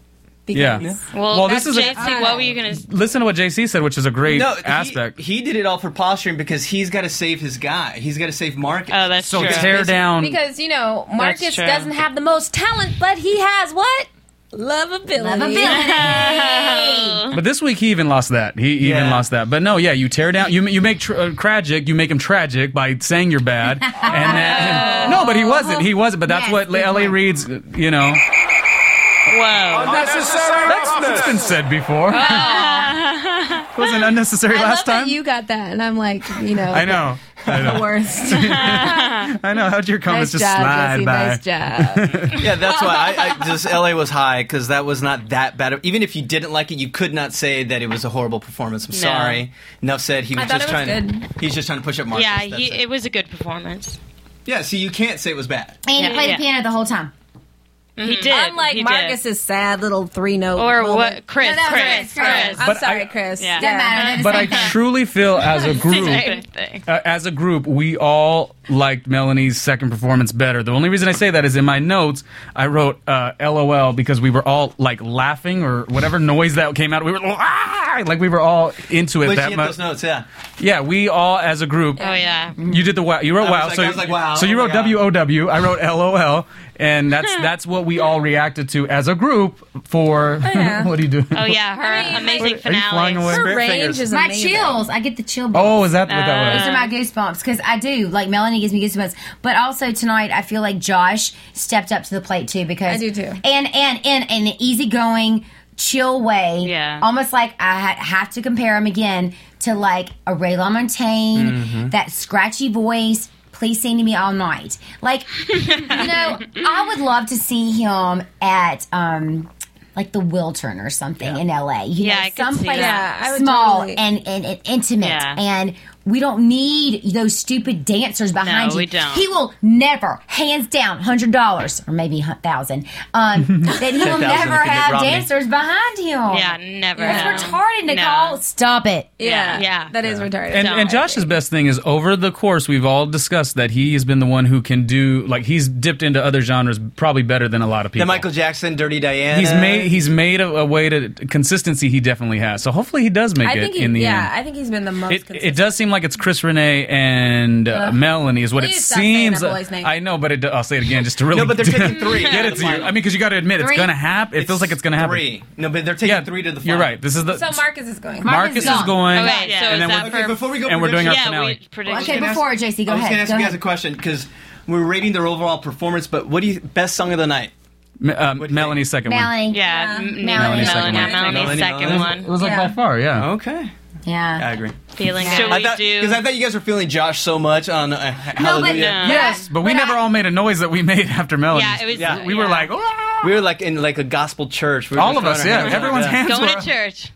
Speaker 4: Yeah.
Speaker 6: Well,
Speaker 4: Well,
Speaker 6: that's
Speaker 4: this is a-
Speaker 6: JC. What were you gonna? s-
Speaker 4: Listen to what JC said, which is a great
Speaker 7: no, he-
Speaker 4: aspect.
Speaker 7: He, did it all for posturing because he's got to save his guy. He's got to save Marcus.
Speaker 6: Oh, that's
Speaker 4: so
Speaker 6: true.
Speaker 4: tear down.
Speaker 2: Because you know Marcus
Speaker 6: true.
Speaker 2: doesn't have the most talent, but he has what lovability.
Speaker 6: Oh.
Speaker 4: but this week he even lost that. He he even
Speaker 7: Yeah.
Speaker 4: lost that. But no, yeah, you tear down. You you make tr- uh, tragic. You make him tragic by saying you're bad. and that, no, but he wasn't. He wasn't. But that's
Speaker 3: Yes,
Speaker 4: what
Speaker 3: good
Speaker 4: La
Speaker 3: point.
Speaker 4: Reed's. uh, You know,
Speaker 6: Whoa.
Speaker 4: that's, that's been said before. Wasn't unnecessary
Speaker 2: Ah. I
Speaker 4: last
Speaker 2: love
Speaker 4: time.
Speaker 2: that you got that, and I'm like, you know,
Speaker 4: I know. I
Speaker 2: the
Speaker 4: know.
Speaker 2: worst.
Speaker 4: I know. How'd your
Speaker 2: nice
Speaker 4: comments
Speaker 2: job,
Speaker 4: just slide
Speaker 2: Jesse.
Speaker 4: by?
Speaker 2: Nice job.
Speaker 7: Yeah, that's why I, I just LA was high because that was not that bad. Even if you didn't like it, you could not say that it was a horrible performance. I'm
Speaker 6: No.
Speaker 7: sorry. Enough said. He was
Speaker 2: thought
Speaker 7: just
Speaker 2: it was
Speaker 7: trying.
Speaker 2: good.
Speaker 7: To, he's just trying to push up Marcus.
Speaker 6: Yeah,
Speaker 7: that's
Speaker 6: he,
Speaker 7: it.
Speaker 6: it was a good performance.
Speaker 7: yeah. See, you can't say it was bad.
Speaker 3: And he
Speaker 6: Yeah.
Speaker 3: played
Speaker 6: Yeah.
Speaker 3: the piano the whole time.
Speaker 6: He did.
Speaker 2: Unlike
Speaker 6: he did.
Speaker 2: Marcus's sad little three note.
Speaker 6: Or
Speaker 2: moment.
Speaker 6: what- Chris,
Speaker 2: that was
Speaker 6: Chris, Chris.
Speaker 2: I'm
Speaker 4: But
Speaker 2: sorry,
Speaker 4: I-
Speaker 2: Chris.
Speaker 6: Yeah.
Speaker 3: Doesn't matter. They're the
Speaker 4: But I
Speaker 3: same thing.
Speaker 4: truly feel as a group,
Speaker 6: Same
Speaker 4: uh,
Speaker 6: thing.
Speaker 4: as a group, we all liked Melanie's second performance better. The only reason I say that is in my notes, I wrote uh, LOL because we were all like laughing or whatever noise that came out. We were "Ah!" like we were all into it
Speaker 7: But
Speaker 4: that
Speaker 7: she had
Speaker 4: much.
Speaker 7: those notes. Yeah.
Speaker 4: Yeah, we all as a group.
Speaker 6: Oh yeah.
Speaker 4: You did the wow. You wrote
Speaker 7: I was
Speaker 4: wow.
Speaker 7: like-
Speaker 4: so
Speaker 7: I was like, wow.
Speaker 4: So you
Speaker 7: Oh my
Speaker 4: wrote
Speaker 7: God.
Speaker 4: W O W. I wrote L O L, and that's that's what we all reacted to as a group. For
Speaker 2: yeah.
Speaker 4: what are you doing?
Speaker 6: Oh yeah. Her amazing
Speaker 4: Are you
Speaker 6: finale.
Speaker 4: flying away?
Speaker 2: Her
Speaker 7: Spirit
Speaker 2: range
Speaker 7: fingers.
Speaker 2: is Uh,
Speaker 3: My
Speaker 2: amazing.
Speaker 3: chills. I get the chill. bumps.
Speaker 4: Oh, is that what that was?
Speaker 3: Those are my goosebumps because I do like Melanie gives me goosebumps, but also tonight I feel like Josh stepped up to the plate too because
Speaker 2: I do, too.
Speaker 3: and and and in an easygoing, chill way,
Speaker 6: Yeah.
Speaker 3: almost like I ha- have to compare him again to like a Ray LaMontagne, that scratchy voice. Please sing to me all night. Like, you know, I would love to see him at um, like the Wilton or something in LA. You
Speaker 6: Yeah,
Speaker 3: know,
Speaker 6: I could see
Speaker 3: someplace
Speaker 2: that. Yeah, I would
Speaker 3: small
Speaker 2: totally-
Speaker 3: and, and, and intimate
Speaker 6: Yeah.
Speaker 3: and we don't need those stupid dancers behind
Speaker 6: No,
Speaker 3: you.
Speaker 6: we don't.
Speaker 3: He will never, hands down, hundred dollars or maybe thousand. Um, that he will
Speaker 7: 10,000
Speaker 3: never
Speaker 7: if you get
Speaker 3: have
Speaker 7: Romney.
Speaker 3: dancers behind him.
Speaker 6: Yeah. Never.
Speaker 3: that's
Speaker 6: No.
Speaker 3: retarded,
Speaker 6: No.
Speaker 3: Nicole. Stop it.
Speaker 2: Yeah,
Speaker 6: Yeah.
Speaker 2: that is retarded.
Speaker 4: And, and Josh's best thing is over the course we've all discussed that he has been the one who can do like he's dipped into other genres probably better than a lot of people.
Speaker 7: The Michael Jackson, Dirty Diana.
Speaker 4: he's made he's made a, a way to consistency he definitely has. So hopefully he does make
Speaker 2: I
Speaker 4: it
Speaker 2: think he,
Speaker 4: in the
Speaker 2: yeah,
Speaker 4: end.
Speaker 2: I think he's been the most.
Speaker 4: It,
Speaker 2: consistent.
Speaker 4: it does seem like it's Chris Renee and uh, Melanie is what it
Speaker 2: please stop saying
Speaker 4: seems.
Speaker 2: that boy's name.
Speaker 4: I know, but it, do- I'll say it again just to really
Speaker 7: No, but they're taking three.
Speaker 4: get it to you. I mean, because you got to admit
Speaker 3: Three.
Speaker 4: it's gonna happen. It feels like it's gonna happen.
Speaker 7: Three. No, but they're taking
Speaker 4: Yeah,
Speaker 7: three to the. Final.
Speaker 4: You're right. This is the
Speaker 2: So Marcus is going.
Speaker 3: Marcus is
Speaker 4: Marcus is
Speaker 3: gone.
Speaker 4: going.
Speaker 6: Okay, so is
Speaker 4: and then
Speaker 6: that
Speaker 4: we're,
Speaker 7: Okay, before we go,
Speaker 4: and we're doing our
Speaker 7: predictions-
Speaker 6: yeah.
Speaker 4: finale.
Speaker 6: We prediction.
Speaker 3: Okay, before it, JC, go
Speaker 7: I was
Speaker 3: ahead.
Speaker 7: going to ask
Speaker 3: go
Speaker 7: you guys
Speaker 3: ahead.
Speaker 7: a question because we're rating their overall performance. But what do you best song of the night?
Speaker 4: um,
Speaker 7: What do you
Speaker 4: Melanie's second one.
Speaker 3: Melanie.
Speaker 6: Yeah. m-
Speaker 3: Melanie's
Speaker 6: Melanie's
Speaker 4: second
Speaker 6: second one.
Speaker 4: one.
Speaker 6: Melanie's
Speaker 7: Melanie's
Speaker 6: second
Speaker 7: second
Speaker 4: It
Speaker 6: one.
Speaker 4: was like
Speaker 2: Yeah.
Speaker 4: by far, yeah.
Speaker 7: Okay, I
Speaker 3: Yeah.
Speaker 7: agree.
Speaker 6: Feeling.
Speaker 3: Yeah.
Speaker 6: Should
Speaker 3: I
Speaker 6: we
Speaker 7: Because I
Speaker 6: do?
Speaker 7: thought you guys were feeling Josh so much on uh,
Speaker 3: No, but,
Speaker 7: Hallelujah.
Speaker 4: Yes, but we
Speaker 3: but
Speaker 4: never
Speaker 3: I-
Speaker 4: all made a noise that we made after Melody.
Speaker 6: Yeah. It was.
Speaker 7: Yeah.
Speaker 4: we were
Speaker 6: yeah.
Speaker 4: like, "Ah!"
Speaker 7: We were like in like a gospel church. We were
Speaker 4: all
Speaker 7: just
Speaker 4: of us,
Speaker 7: throwing our
Speaker 4: yeah.
Speaker 7: hands up,
Speaker 4: Everyone's
Speaker 7: yeah.
Speaker 4: hands
Speaker 6: going
Speaker 4: were
Speaker 6: to church.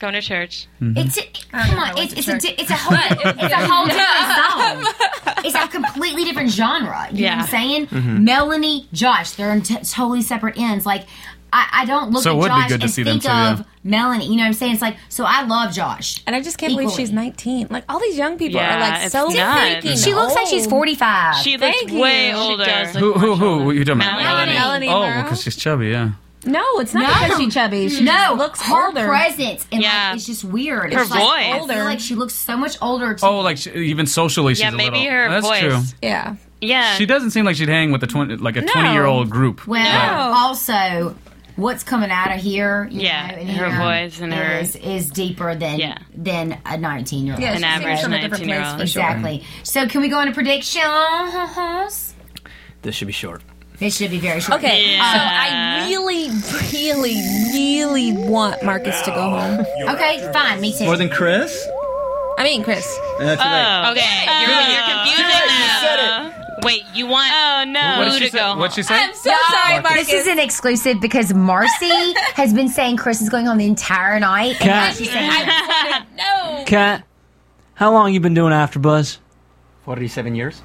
Speaker 6: Going to church.
Speaker 3: It's a, come on, it's, it's, a, di- it's a whole it's a whole different song. It's a completely different genre. You know
Speaker 6: Yeah.
Speaker 3: what I'm saying?
Speaker 4: Mm-hmm.
Speaker 3: Melanie, Josh, they're in t- totally separate ends. Like I, I don't look
Speaker 4: So it
Speaker 3: at
Speaker 4: would be
Speaker 3: Josh
Speaker 4: good to
Speaker 3: and
Speaker 4: see them
Speaker 3: think
Speaker 4: too, yeah.
Speaker 3: of Melanie. You know what I'm saying? It's like so I love Josh.
Speaker 2: And I just can't believe
Speaker 3: Equally.
Speaker 2: she's 19. Like all these young people
Speaker 6: Yeah,
Speaker 2: are like
Speaker 6: it's
Speaker 2: so
Speaker 6: nuts.
Speaker 2: freaking.
Speaker 3: She looks like she's
Speaker 2: old.
Speaker 3: 45.
Speaker 6: She looks
Speaker 2: Thank you.
Speaker 6: way
Speaker 2: oh. She
Speaker 6: older.
Speaker 8: does
Speaker 4: Who, who, who? You talking about?
Speaker 6: Melanie.
Speaker 2: Melanie
Speaker 4: Oh,
Speaker 2: Merrill?
Speaker 4: because she's chubby, yeah.
Speaker 2: No, it's not because she's chubby. She
Speaker 3: no,
Speaker 2: just looks
Speaker 3: her
Speaker 2: older.
Speaker 3: presence and
Speaker 6: Yeah.
Speaker 3: like, it's just weird.
Speaker 6: Her
Speaker 3: it's like,
Speaker 6: voice.
Speaker 3: I feel like she looks so much older. To
Speaker 4: Oh, like she, even socially, she's
Speaker 6: Yeah.
Speaker 4: a
Speaker 6: Maybe
Speaker 4: little-
Speaker 6: her
Speaker 4: That's
Speaker 6: voice.
Speaker 4: true.
Speaker 2: Yeah.
Speaker 6: Yeah.
Speaker 4: She doesn't seem like she'd hang with a twenty, like a twenty-year-old group.
Speaker 3: well,
Speaker 2: No.
Speaker 3: also what's coming out of here, you
Speaker 6: Yeah,
Speaker 3: know, in
Speaker 6: her
Speaker 3: him
Speaker 6: voice and her-
Speaker 3: is, is deeper than
Speaker 6: Yeah.
Speaker 3: than a nineteen year old.
Speaker 2: Yeah,
Speaker 6: An
Speaker 2: she sings
Speaker 6: average
Speaker 2: from a different
Speaker 6: 19-year-old.
Speaker 2: place for sure.
Speaker 3: exactly. So can we go into predictions?
Speaker 11: This should be short.
Speaker 3: It should be very short.
Speaker 2: Okay, so I really, really, really want Marcus to go home.
Speaker 3: Okay, fine. Me too.
Speaker 11: More than Chris?
Speaker 2: I mean, Chris.
Speaker 11: That's
Speaker 3: Uh,
Speaker 11: right.
Speaker 6: Oh. Okay, you're, you're confusing now. Wait, you want oh no
Speaker 4: What'd
Speaker 6: who
Speaker 4: she
Speaker 6: to
Speaker 4: say?
Speaker 6: go home?
Speaker 4: What'd she say?
Speaker 2: I'm so sorry, Marcus.
Speaker 3: This is an exclusive because Marcy has been saying Chris is going home the entire night. And now
Speaker 9: Cat,
Speaker 3: she's saying, I-
Speaker 2: no.
Speaker 9: cat, how long you been doing AfterBuzz?
Speaker 11: 47 years?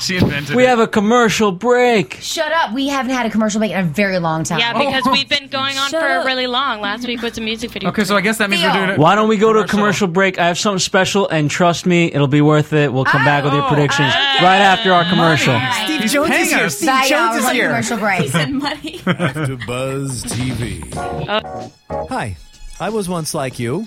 Speaker 4: She invented
Speaker 9: We
Speaker 4: it.
Speaker 9: have a commercial break.
Speaker 3: shut up. We haven't had a commercial break in a very long time.
Speaker 6: Yeah, because we've been going on
Speaker 2: Shut
Speaker 6: for
Speaker 2: up.
Speaker 6: really long. Last week was a music video.
Speaker 4: Okay, so I guess that means we're doing it.
Speaker 9: Why don't we go to a
Speaker 4: Commercial.
Speaker 9: commercial break? I have something special, and trust me, it'll be worth it. We'll come back with
Speaker 7: Oh.
Speaker 9: your predictions right after our commercial.
Speaker 11: Steve
Speaker 4: He's
Speaker 11: Jones
Speaker 4: paying
Speaker 11: is here.
Speaker 4: us.
Speaker 11: Steve
Speaker 3: Bye, y'all.
Speaker 11: Jones
Speaker 3: We're
Speaker 11: is
Speaker 3: going to
Speaker 11: here.
Speaker 3: commercial break.
Speaker 2: money.
Speaker 7: to Buzz TV. Hi, I was once like you,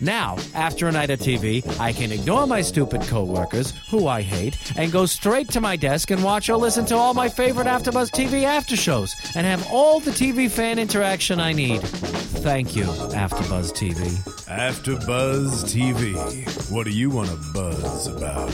Speaker 7: Now, after a night of TV, I can ignore my stupid coworkers, who I hate, and go straight to my desk and watch or listen to all my favorite AfterBuzz TV after shows, and have all the TV fan interaction I need. Thank you, AfterBuzz TV.
Speaker 1: AfterBuzz TV. What do you want to buzz about?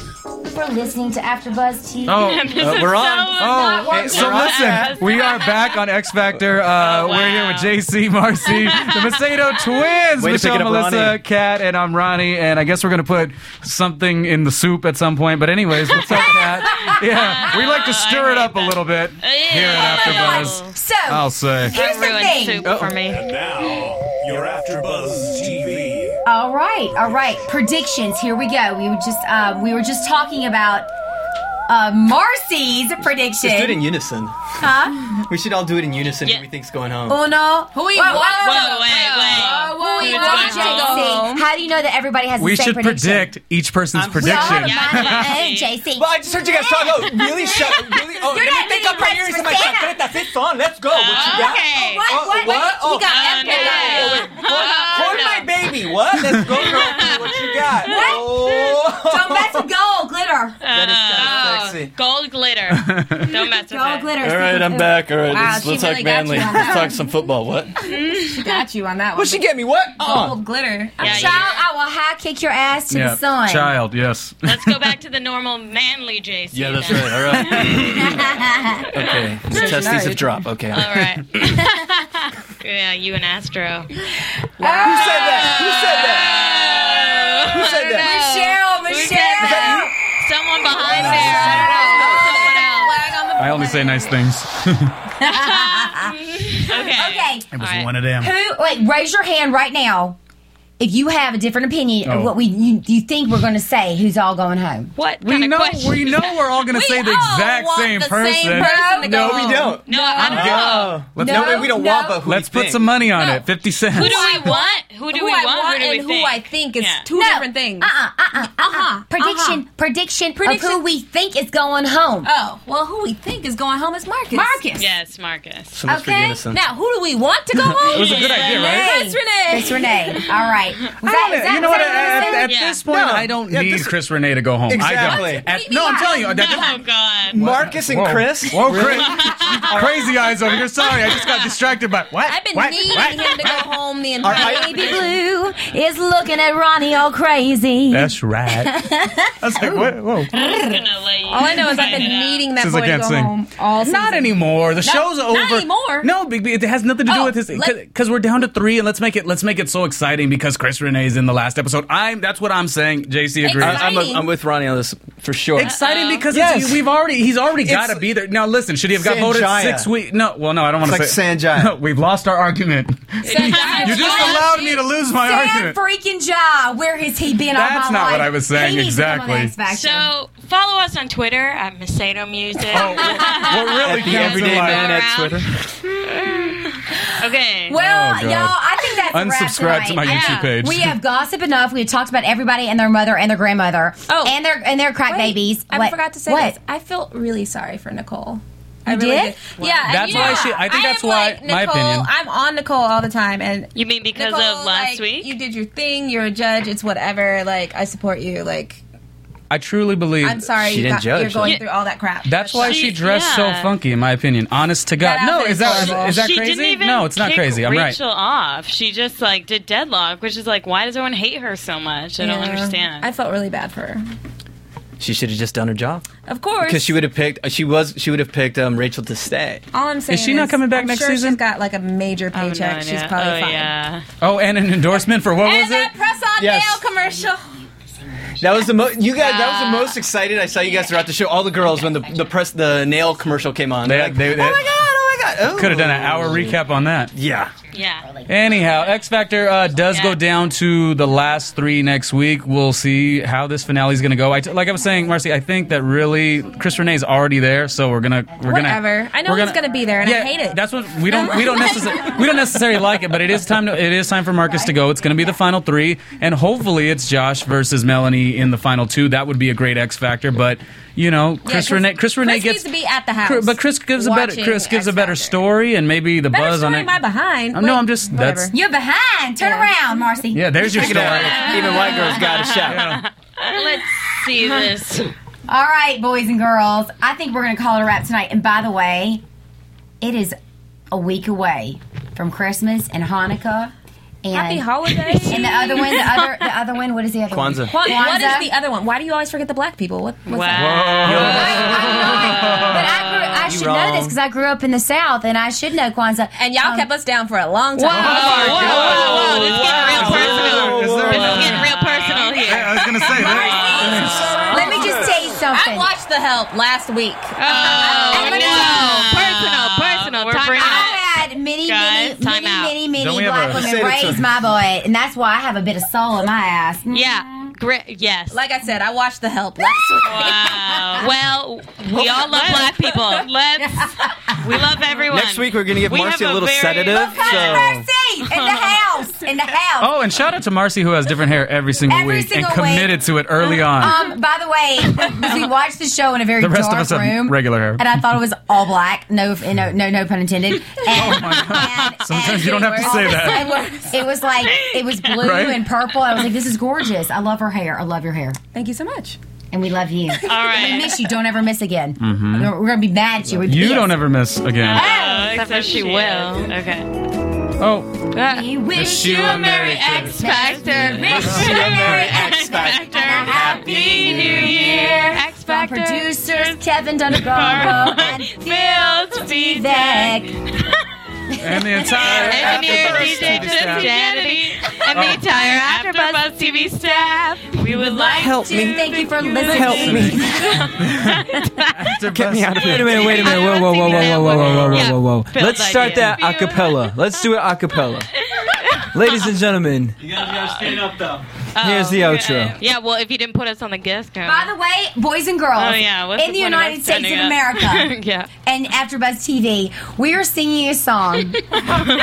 Speaker 3: We're listening to AfterBuzz TV.
Speaker 4: Oh,
Speaker 11: we're on.
Speaker 4: Oh,
Speaker 3: working. Oh,
Speaker 4: so listen, we are back on X Factor. Uh, We're here with JC, Marcy, the Macedo twins,
Speaker 11: Way to pick
Speaker 4: Michelle,
Speaker 11: it up,
Speaker 4: Melissa,
Speaker 11: Ronnie.
Speaker 4: Kat, and I'm Ronnie. And I guess we're going to put something in the soup at some point. But, anyways, what's up, Kat? Yeah, we like to stir it up a little bit here at AfterBuzz.
Speaker 3: So,
Speaker 4: I'll say.
Speaker 3: here's the
Speaker 6: ruined
Speaker 3: thing.
Speaker 6: soup for
Speaker 4: Oh.
Speaker 6: me.
Speaker 1: Now, your AfterBuzz TV.
Speaker 3: All right, all right. Predictions. Here we go. We were just uh, we were just talking about uh, Marcy's prediction.
Speaker 11: Do it in unison. Huh? we should all do it in unison
Speaker 6: Yeah.
Speaker 11: when we think's going home.
Speaker 3: Uno. Who
Speaker 2: we
Speaker 3: whoa,
Speaker 2: want
Speaker 3: whoa,
Speaker 2: to
Speaker 6: Whoa, wait, wait.
Speaker 3: whoa, whoa,
Speaker 2: Who we
Speaker 3: whoa, JC.
Speaker 2: want to go home.
Speaker 3: How do you know that everybody has
Speaker 4: We
Speaker 3: the same
Speaker 4: should
Speaker 3: prediction?
Speaker 4: predict each person's
Speaker 3: We all have
Speaker 4: prediction.
Speaker 3: a mind of our own, JC.
Speaker 11: Well, I just heard you guys talk. Oh, really? Shut Really? Oh,
Speaker 3: You're
Speaker 11: let
Speaker 3: not
Speaker 11: me think up
Speaker 3: really
Speaker 11: right here.
Speaker 3: Rex
Speaker 11: It's in my shot.
Speaker 3: Rosanna.
Speaker 11: That's it, son. Let's go. What you got?
Speaker 6: Okay.
Speaker 3: What?
Speaker 11: Oh,
Speaker 3: what?
Speaker 11: what?
Speaker 3: what? We
Speaker 11: Oh,
Speaker 3: got
Speaker 6: oh,
Speaker 3: F-
Speaker 6: no.
Speaker 11: Hold my baby. What? Let's go, girl. What you got? Oh.
Speaker 3: Don't mess with gold glitter.
Speaker 11: That is kinda sexy.
Speaker 6: Uh, oh. Gold glitter. Don't mess with
Speaker 3: Gold
Speaker 6: it.
Speaker 3: glitter.
Speaker 12: All right, I'm back. All right,
Speaker 2: Wow,
Speaker 12: let's,
Speaker 2: she
Speaker 12: let's
Speaker 2: really
Speaker 12: talk
Speaker 2: got
Speaker 12: manly.
Speaker 2: you on
Speaker 12: Let's talk some football. What?
Speaker 2: She got you on that one.
Speaker 11: What'd she get me? What?
Speaker 2: Oh,
Speaker 11: Uh-uh.
Speaker 2: Gold glitter.
Speaker 6: Yeah,
Speaker 3: Child,
Speaker 6: yeah.
Speaker 3: I will high kick your ass to
Speaker 4: Yeah,
Speaker 3: the sun.
Speaker 4: Child, yes.
Speaker 6: Let's go back to the normal manly JC.
Speaker 12: Yeah, that's
Speaker 6: then.
Speaker 12: right. All right. okay, the testes have dropped. Okay.
Speaker 6: All right. yeah, you and Astro.
Speaker 11: Who said that? Who said that? Who said that?
Speaker 3: Michelle,
Speaker 6: said that?
Speaker 3: Michelle.
Speaker 6: Someone behind
Speaker 2: Flag on
Speaker 6: there.
Speaker 2: the
Speaker 4: I only say nice things.
Speaker 6: Someone else. Okay.
Speaker 3: Okay.
Speaker 4: It was
Speaker 6: All right.
Speaker 4: one of them.
Speaker 3: Who? Wait, raise your hand right now if you have a different opinion
Speaker 4: Oh.
Speaker 3: of what we you, you think we're going to say. Who's all going home?
Speaker 6: What
Speaker 4: We
Speaker 6: kind of
Speaker 4: know,
Speaker 6: question?
Speaker 4: we know we're all going to say the
Speaker 2: all
Speaker 4: exact
Speaker 2: want
Speaker 4: same
Speaker 2: the
Speaker 4: person.
Speaker 2: same person to go
Speaker 11: No, we don't.
Speaker 6: no, I don't know.
Speaker 11: No.
Speaker 4: Let's,
Speaker 11: No, wait, we don't
Speaker 2: No.
Speaker 11: want, but who
Speaker 4: let's
Speaker 11: we
Speaker 4: put
Speaker 11: think.
Speaker 4: some money on it. 50 cents.
Speaker 6: Who do we want? Who do
Speaker 2: who
Speaker 6: we
Speaker 2: I
Speaker 6: want?
Speaker 2: want
Speaker 6: who do we
Speaker 2: and who
Speaker 6: think?
Speaker 2: I think Uh-uh. is
Speaker 6: Yeah.
Speaker 2: two
Speaker 3: No.
Speaker 2: different things.
Speaker 3: Uh uh uh uh uh. Prediction, prediction,
Speaker 2: Prediction.
Speaker 3: of who we think is going home.
Speaker 2: Oh, well, who we think is going home is Marcus.
Speaker 3: Marcus.
Speaker 6: Yes, Marcus.
Speaker 12: So much for
Speaker 3: Okay,
Speaker 12: unison.
Speaker 2: Now, who do we want to go home?
Speaker 4: It was a good idea, right?
Speaker 2: Chris Renee.
Speaker 3: Chris Renee. All right. Was that- is that-
Speaker 4: you know
Speaker 3: was
Speaker 4: what?
Speaker 3: that
Speaker 4: At,
Speaker 3: what it
Speaker 4: at
Speaker 3: was?
Speaker 6: Yeah.
Speaker 4: this point,
Speaker 11: No.
Speaker 4: I don't
Speaker 11: Yeah,
Speaker 4: need
Speaker 11: this-
Speaker 4: Chris Renee to go home.
Speaker 11: Exactly.
Speaker 4: I don't. At- no, I'm telling you. that-
Speaker 6: Oh God.
Speaker 11: Marcus and
Speaker 4: Whoa.
Speaker 11: Chris.
Speaker 4: Whoa, Chris. Crazy eyes over here. Sorry, I just got distracted by what?
Speaker 2: I've been
Speaker 4: what?
Speaker 2: needing
Speaker 4: What?
Speaker 2: him to go home the
Speaker 11: right.
Speaker 2: entire
Speaker 3: Baby Blue is looking at Ronnie all crazy.
Speaker 4: That's right. I was like, what? Whoa.
Speaker 6: I'm gonna let you
Speaker 2: All I know is I've been
Speaker 6: find it out.
Speaker 2: needing that
Speaker 4: Since
Speaker 2: boy
Speaker 4: I
Speaker 2: to
Speaker 4: can't
Speaker 2: go
Speaker 4: sing.
Speaker 2: home all season.
Speaker 4: Not anymore. The show's over.
Speaker 2: not anymore.
Speaker 4: No, Big B, it has nothing to do
Speaker 2: Oh,
Speaker 4: with this
Speaker 2: let-
Speaker 4: because we're down to three, and let's make it let's make it so exciting because Chris Renee's in the last episode. I'm that's what I'm saying. JC agrees.
Speaker 7: I- I'm, a, I'm with Ronnie on this for sure.
Speaker 2: Um,
Speaker 4: Exciting because
Speaker 7: Yes.
Speaker 4: it's, we've already he's already
Speaker 7: It's-
Speaker 4: got to be there. Now listen, should he have got voted
Speaker 7: Sanjaya.
Speaker 4: six weeks? No, well, no, I don't want to
Speaker 7: It's
Speaker 4: say
Speaker 7: like Sanjaya.
Speaker 4: No, we've lost our argument. You just allowed me to lose my
Speaker 3: Sam
Speaker 4: argument.
Speaker 3: freaking Ja, where has he been all my
Speaker 4: That's not
Speaker 3: life?
Speaker 4: what I was saying,
Speaker 3: He needs to come on
Speaker 4: exactly.
Speaker 3: X Factor.
Speaker 8: So follow us on Twitter at Macedo Music.
Speaker 4: what really
Speaker 7: the
Speaker 4: counts in
Speaker 7: everyday
Speaker 4: life-
Speaker 7: man at
Speaker 8: Around.
Speaker 7: Twitter.
Speaker 8: okay.
Speaker 3: well,
Speaker 4: Oh, God.
Speaker 3: y'all, I think that's a wrap
Speaker 4: Unsubscribe to
Speaker 3: tonight.
Speaker 4: my
Speaker 8: Yeah.
Speaker 4: YouTube page.
Speaker 3: We have gossip enough. We have talked about everybody and their mother and their grandmother.
Speaker 2: Oh.
Speaker 3: and their and their crack
Speaker 2: Wait,
Speaker 3: babies.
Speaker 2: I
Speaker 3: What?
Speaker 2: forgot to say
Speaker 3: what?
Speaker 2: this. I felt really sorry for Nicole. I
Speaker 3: You
Speaker 2: really
Speaker 3: did?
Speaker 2: Yeah, and
Speaker 4: That's
Speaker 2: you
Speaker 4: why
Speaker 2: know,
Speaker 4: she- I think that's
Speaker 2: am
Speaker 4: why-
Speaker 2: Like,
Speaker 4: my
Speaker 2: Nicole,
Speaker 4: opinion.
Speaker 2: I'm on Nicole all the time, and
Speaker 8: You mean because
Speaker 2: Nicole,
Speaker 8: of last
Speaker 2: like,
Speaker 8: week?
Speaker 2: You did your thing. You're a judge. It's whatever. Like I support you. Like
Speaker 4: I truly believe
Speaker 2: I'm sorry.
Speaker 7: She
Speaker 2: You
Speaker 7: didn't
Speaker 2: got,
Speaker 7: judge,
Speaker 2: You're going
Speaker 7: though.
Speaker 2: through all that crap.
Speaker 4: That's why
Speaker 8: She-
Speaker 4: she dressed
Speaker 8: yeah.
Speaker 4: so funky, in my opinion. Honest to God,
Speaker 2: That
Speaker 4: no,
Speaker 2: outfit
Speaker 4: is
Speaker 2: is
Speaker 4: that
Speaker 2: horrible.
Speaker 4: is that
Speaker 8: she
Speaker 4: crazy?
Speaker 8: didn't even
Speaker 4: no, it's not
Speaker 8: kick
Speaker 4: crazy. I'm right.
Speaker 8: Rachel off. She just like did deadlock, which is like, why does everyone hate her so much? I don't
Speaker 2: Yeah.
Speaker 8: understand.
Speaker 2: I felt really bad for her.
Speaker 7: She should have just done her job
Speaker 2: Of course,
Speaker 7: because she would have picked. She was. She would have picked um, Rachel to stay.
Speaker 2: All I'm saying
Speaker 4: she not coming back
Speaker 2: I'm
Speaker 4: next
Speaker 2: sure
Speaker 4: season?
Speaker 2: She's got like a major
Speaker 8: I have no
Speaker 2: paycheck. she's
Speaker 8: idea.
Speaker 2: probably
Speaker 8: oh,
Speaker 2: fine.
Speaker 8: Yeah.
Speaker 4: Oh, and an endorsement for what was
Speaker 2: And that
Speaker 4: it?
Speaker 2: press on
Speaker 7: Yes.
Speaker 2: nail commercial.
Speaker 7: That was the most. You guys. That was the most excited I saw you guys throughout the show. All the girls when the the press the nail commercial came on.
Speaker 4: They-
Speaker 7: They're like,
Speaker 4: they- they-
Speaker 7: oh my god! Oh my god! Oh.
Speaker 4: Could have done an hour recap on that.
Speaker 7: Yeah.
Speaker 8: Yeah.
Speaker 4: Anyhow, X Factor uh, does
Speaker 8: Yeah.
Speaker 4: go down to the last three next week. We'll see how this finale is going to go. I t- like I was saying, Marcy, I think that really Chris Renee's already there, so we're gonna we're
Speaker 2: Whatever.
Speaker 4: gonna
Speaker 2: I know
Speaker 4: we're
Speaker 2: he's gonna be there, and I
Speaker 4: yeah,
Speaker 2: hate it.
Speaker 4: That's what we don't we don't necessarily we don't necessarily like it, but it is time to it is time for Marcus to go. It's going to be the final three, and hopefully it's Josh versus Melanie in the final two. That would be a great X Factor, but you know
Speaker 2: Yeah,
Speaker 4: Chris Renee Chris Renee
Speaker 2: needs
Speaker 4: gets.
Speaker 2: to be at the house.
Speaker 4: Cr- But Chris gives a better
Speaker 2: watching
Speaker 4: Chris gives a
Speaker 2: X
Speaker 4: better
Speaker 2: Factor.
Speaker 4: story and maybe the
Speaker 2: Better
Speaker 4: buzz
Speaker 2: story
Speaker 4: on it.
Speaker 2: my behind.
Speaker 4: Uh, no,
Speaker 2: Wait,
Speaker 4: I'm just- that's-
Speaker 2: whatever.
Speaker 3: You're behind. Turn around, Marcy.
Speaker 4: Yeah, there's your story.
Speaker 7: Even white girls got a shot.
Speaker 8: Let's see this.
Speaker 3: All right, boys and girls. I think we're going to call it a wrap tonight. And by the way, it is a week away from Christmas and Hanukkah. And,
Speaker 2: Happy holidays.
Speaker 3: and the other one, the other, the other one. What is the other
Speaker 7: Kwanzaa.
Speaker 3: one?
Speaker 2: What- what
Speaker 3: Kwanzaa.
Speaker 2: is the other one? Why do you always forget the black people? What, what's that?
Speaker 8: Wow.
Speaker 3: But I, grew, I should know this because I grew up in the South, and I should know Kwanzaa. Um,
Speaker 2: And y'all kept us down for a long time.
Speaker 8: Whoa, whoa, this is getting real personal. This is getting real personal here.
Speaker 4: I was gonna say
Speaker 3: Let me just tell you something.
Speaker 2: I watched The Help last week.
Speaker 8: Oh, no. Personal, personal. We're bringing it.
Speaker 3: I had many,
Speaker 8: Guys,
Speaker 3: many,
Speaker 8: time
Speaker 3: many,
Speaker 8: out.
Speaker 3: many, many,
Speaker 4: Don't we have
Speaker 3: black
Speaker 4: a-
Speaker 3: women raise my butt, and that's why I have a bit of soul in my ass.
Speaker 8: Yeah. Great. Yes.
Speaker 2: Like I said, I watched The Help last week.
Speaker 8: Wow. Well, we all love black people. Let's. We love everyone.
Speaker 7: Next week we're gonna give
Speaker 8: We
Speaker 7: Marcy
Speaker 8: have a
Speaker 7: a little
Speaker 8: very-
Speaker 7: sedative. So.
Speaker 3: Controversy in the house, in the house.
Speaker 4: Oh, and shout out to Marcy who has different hair every single
Speaker 3: Every
Speaker 4: week
Speaker 3: single
Speaker 4: and committed
Speaker 3: week.
Speaker 4: to it early on.
Speaker 3: Um, by the way, because we watched the show in a very
Speaker 4: the rest of
Speaker 3: dark
Speaker 4: us
Speaker 3: room,
Speaker 4: have regular hair.
Speaker 3: and I thought it was all black. No, no, no, no pun intended. And,
Speaker 4: Oh my God.
Speaker 3: and-
Speaker 4: Sometimes you
Speaker 3: and-
Speaker 4: don't have to say that.
Speaker 3: It was like it was blue
Speaker 4: Right?
Speaker 3: and purple. I was like, "This is gorgeous. I love her hair. I love your hair."
Speaker 2: Thank you so much.
Speaker 3: And we love you.
Speaker 8: All
Speaker 3: We
Speaker 8: right.
Speaker 3: miss you. Don't ever miss again. We're, we're gonna be mad at you. We're
Speaker 4: Mm-hmm. you
Speaker 3: pissed.
Speaker 4: don't ever miss again.
Speaker 8: Uh, except for she will. Okay.
Speaker 4: Oh,
Speaker 3: We wish you a merry X Factor. Wish you a merry X Factor. Happy New Year.
Speaker 8: X
Speaker 3: From
Speaker 8: Factor.
Speaker 3: producers Kevin Donagaro and
Speaker 8: Phil Spivak.
Speaker 3: Vivek.
Speaker 4: and the entire
Speaker 8: Engineer
Speaker 4: Afterbuzz
Speaker 8: DJ
Speaker 4: TV
Speaker 8: Justin
Speaker 4: staff.
Speaker 8: Jannity and the entire AfterBuzz TV staff. We would like
Speaker 7: Help
Speaker 8: to
Speaker 7: me.
Speaker 3: Thank you for listening.
Speaker 7: Help me.
Speaker 4: Afterbuzz
Speaker 7: Get me out of
Speaker 9: Wait a
Speaker 7: here.
Speaker 9: minute, wait a minute. Whoa, whoa, whoa, whoa, whoa, whoa, whoa, whoa, whoa, whoa.
Speaker 8: Phil's
Speaker 9: Let's start
Speaker 8: idea.
Speaker 9: that a cappella. Let's do it a cappella. Ladies and gentlemen,
Speaker 13: You guys gotta stand up though.
Speaker 9: here's the outro.
Speaker 8: Yeah, well, if you didn't put us on Oh, the guest count.
Speaker 3: By the way, boys and girls,
Speaker 8: Oh, yeah, what's
Speaker 3: in
Speaker 8: the
Speaker 3: the
Speaker 8: point of
Speaker 3: United
Speaker 8: us
Speaker 3: States of
Speaker 8: standing up?
Speaker 3: America
Speaker 8: yeah.
Speaker 3: and AfterBuzz TV, we are singing a song
Speaker 8: We're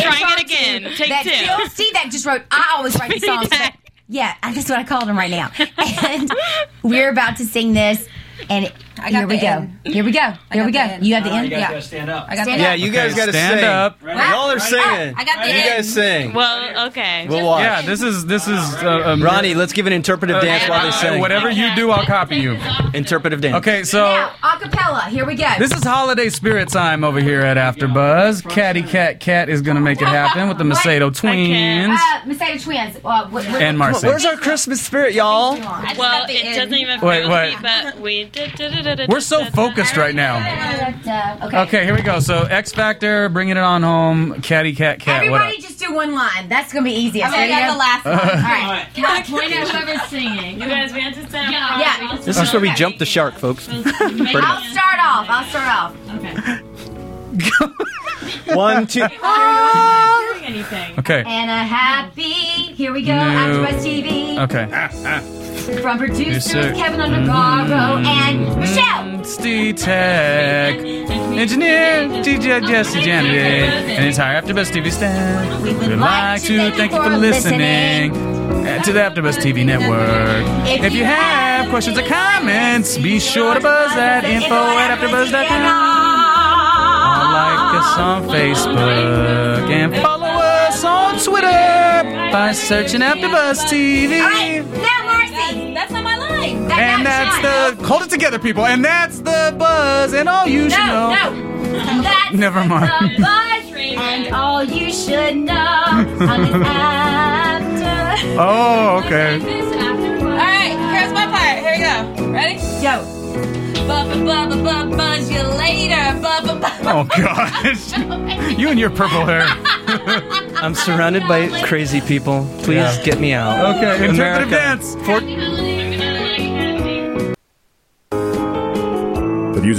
Speaker 8: trying it again. Take
Speaker 3: that
Speaker 8: two.
Speaker 3: Phil Stevek just wrote. I always write the songs. but- yeah, that's what I called him right now. And we're about to sing this. And
Speaker 2: got
Speaker 3: here we
Speaker 2: the
Speaker 3: go.
Speaker 2: end.
Speaker 3: Here we go. Here we go.
Speaker 2: got the end.
Speaker 3: You have the end.
Speaker 13: You guys
Speaker 3: Yeah.
Speaker 13: gotta stand up.
Speaker 2: I got
Speaker 3: Stand
Speaker 2: the
Speaker 7: Yeah, you guys
Speaker 4: Okay,
Speaker 7: gotta
Speaker 4: stand
Speaker 7: sing.
Speaker 4: up.
Speaker 7: Y'all are singing.
Speaker 2: I got the
Speaker 7: You
Speaker 2: end.
Speaker 7: guys sing.
Speaker 8: Well, okay.
Speaker 7: We'll watch.
Speaker 4: Yeah, this is this is uh, um,
Speaker 7: Ronnie, let's give an interpretive dance while they sing.
Speaker 4: uh, Whatever you do, I'll copy you.
Speaker 7: Interpretive dance.
Speaker 4: Okay, so
Speaker 3: Now, acapella. Here we go. Uh,
Speaker 4: This is holiday spirit time over here at AfterBuzz. Catty Cat Cat is gonna make it happen with the Macedo twins
Speaker 3: uh, Mercedes Twins. Uh, what, what,
Speaker 4: and Marcy.
Speaker 7: Where's our Christmas spirit, y'all?
Speaker 8: Well, it doesn't even
Speaker 4: Wait,
Speaker 8: feel
Speaker 4: wait.
Speaker 8: me, but we did.
Speaker 4: We're so focused right now.
Speaker 3: Okay.
Speaker 4: Okay, here we go. So X Factor, bringing it on home. Catty Cat Cat. What up? Uh-huh.
Speaker 3: Everybody, just do do one line. That's gonna be easiest.
Speaker 2: Okay, I got
Speaker 3: Ready?
Speaker 2: the last
Speaker 3: All
Speaker 2: one.
Speaker 3: right.
Speaker 2: Can I
Speaker 6: Point at whoever's singing. You guys, we have to stand up.
Speaker 3: Yeah.
Speaker 13: This is where we jump the shark, folks.
Speaker 3: I'll start off. I'll start off.
Speaker 6: Okay.
Speaker 13: One, two.
Speaker 6: Doing anything.
Speaker 4: Okay.
Speaker 3: And a happy. Here we go.
Speaker 4: No.
Speaker 3: AfterBuzz TV
Speaker 4: Okay.
Speaker 3: from
Speaker 4: Producer.
Speaker 3: producers Kevin Undergaro
Speaker 4: Mm-hmm.
Speaker 3: and Michelle.
Speaker 4: Steve Tech. Engineer, DJ Jesse Janet, and the entire AfterBuzz TV staff. We would like to thank you for listening uh, to the AfterBuzz TV network. If you have questions or comments, be sure to buzz at info at afterbuzz.com. Like us on Facebook and follow us on Twitter by searching AfterBuzz
Speaker 3: All right,
Speaker 4: TV.
Speaker 3: now Marcy.
Speaker 2: That's not my line.
Speaker 3: That-
Speaker 4: And that's the hold it together, people. And that's the buzz, and all you should know.
Speaker 3: No, no. That's
Speaker 4: Never mind.
Speaker 3: The buzz and all you should know on this after.
Speaker 4: Oh, okay.
Speaker 2: All right, here's my part. Here we go. Ready?
Speaker 3: Yo.
Speaker 2: Bubba bubba bubba buzz you later. Bubba bubba.
Speaker 4: Oh gosh. you and your purple hair.
Speaker 13: I'm surrounded by crazy people. Please
Speaker 4: Yeah.
Speaker 13: get me out. America.
Speaker 4: Okay, interpretive dance.
Speaker 14: The views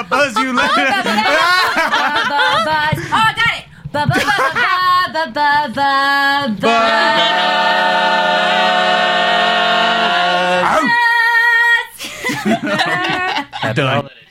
Speaker 4: buzz you later.
Speaker 3: Buzz. Oh, I got it. Ba ba ba ba ba ba ba
Speaker 4: Done.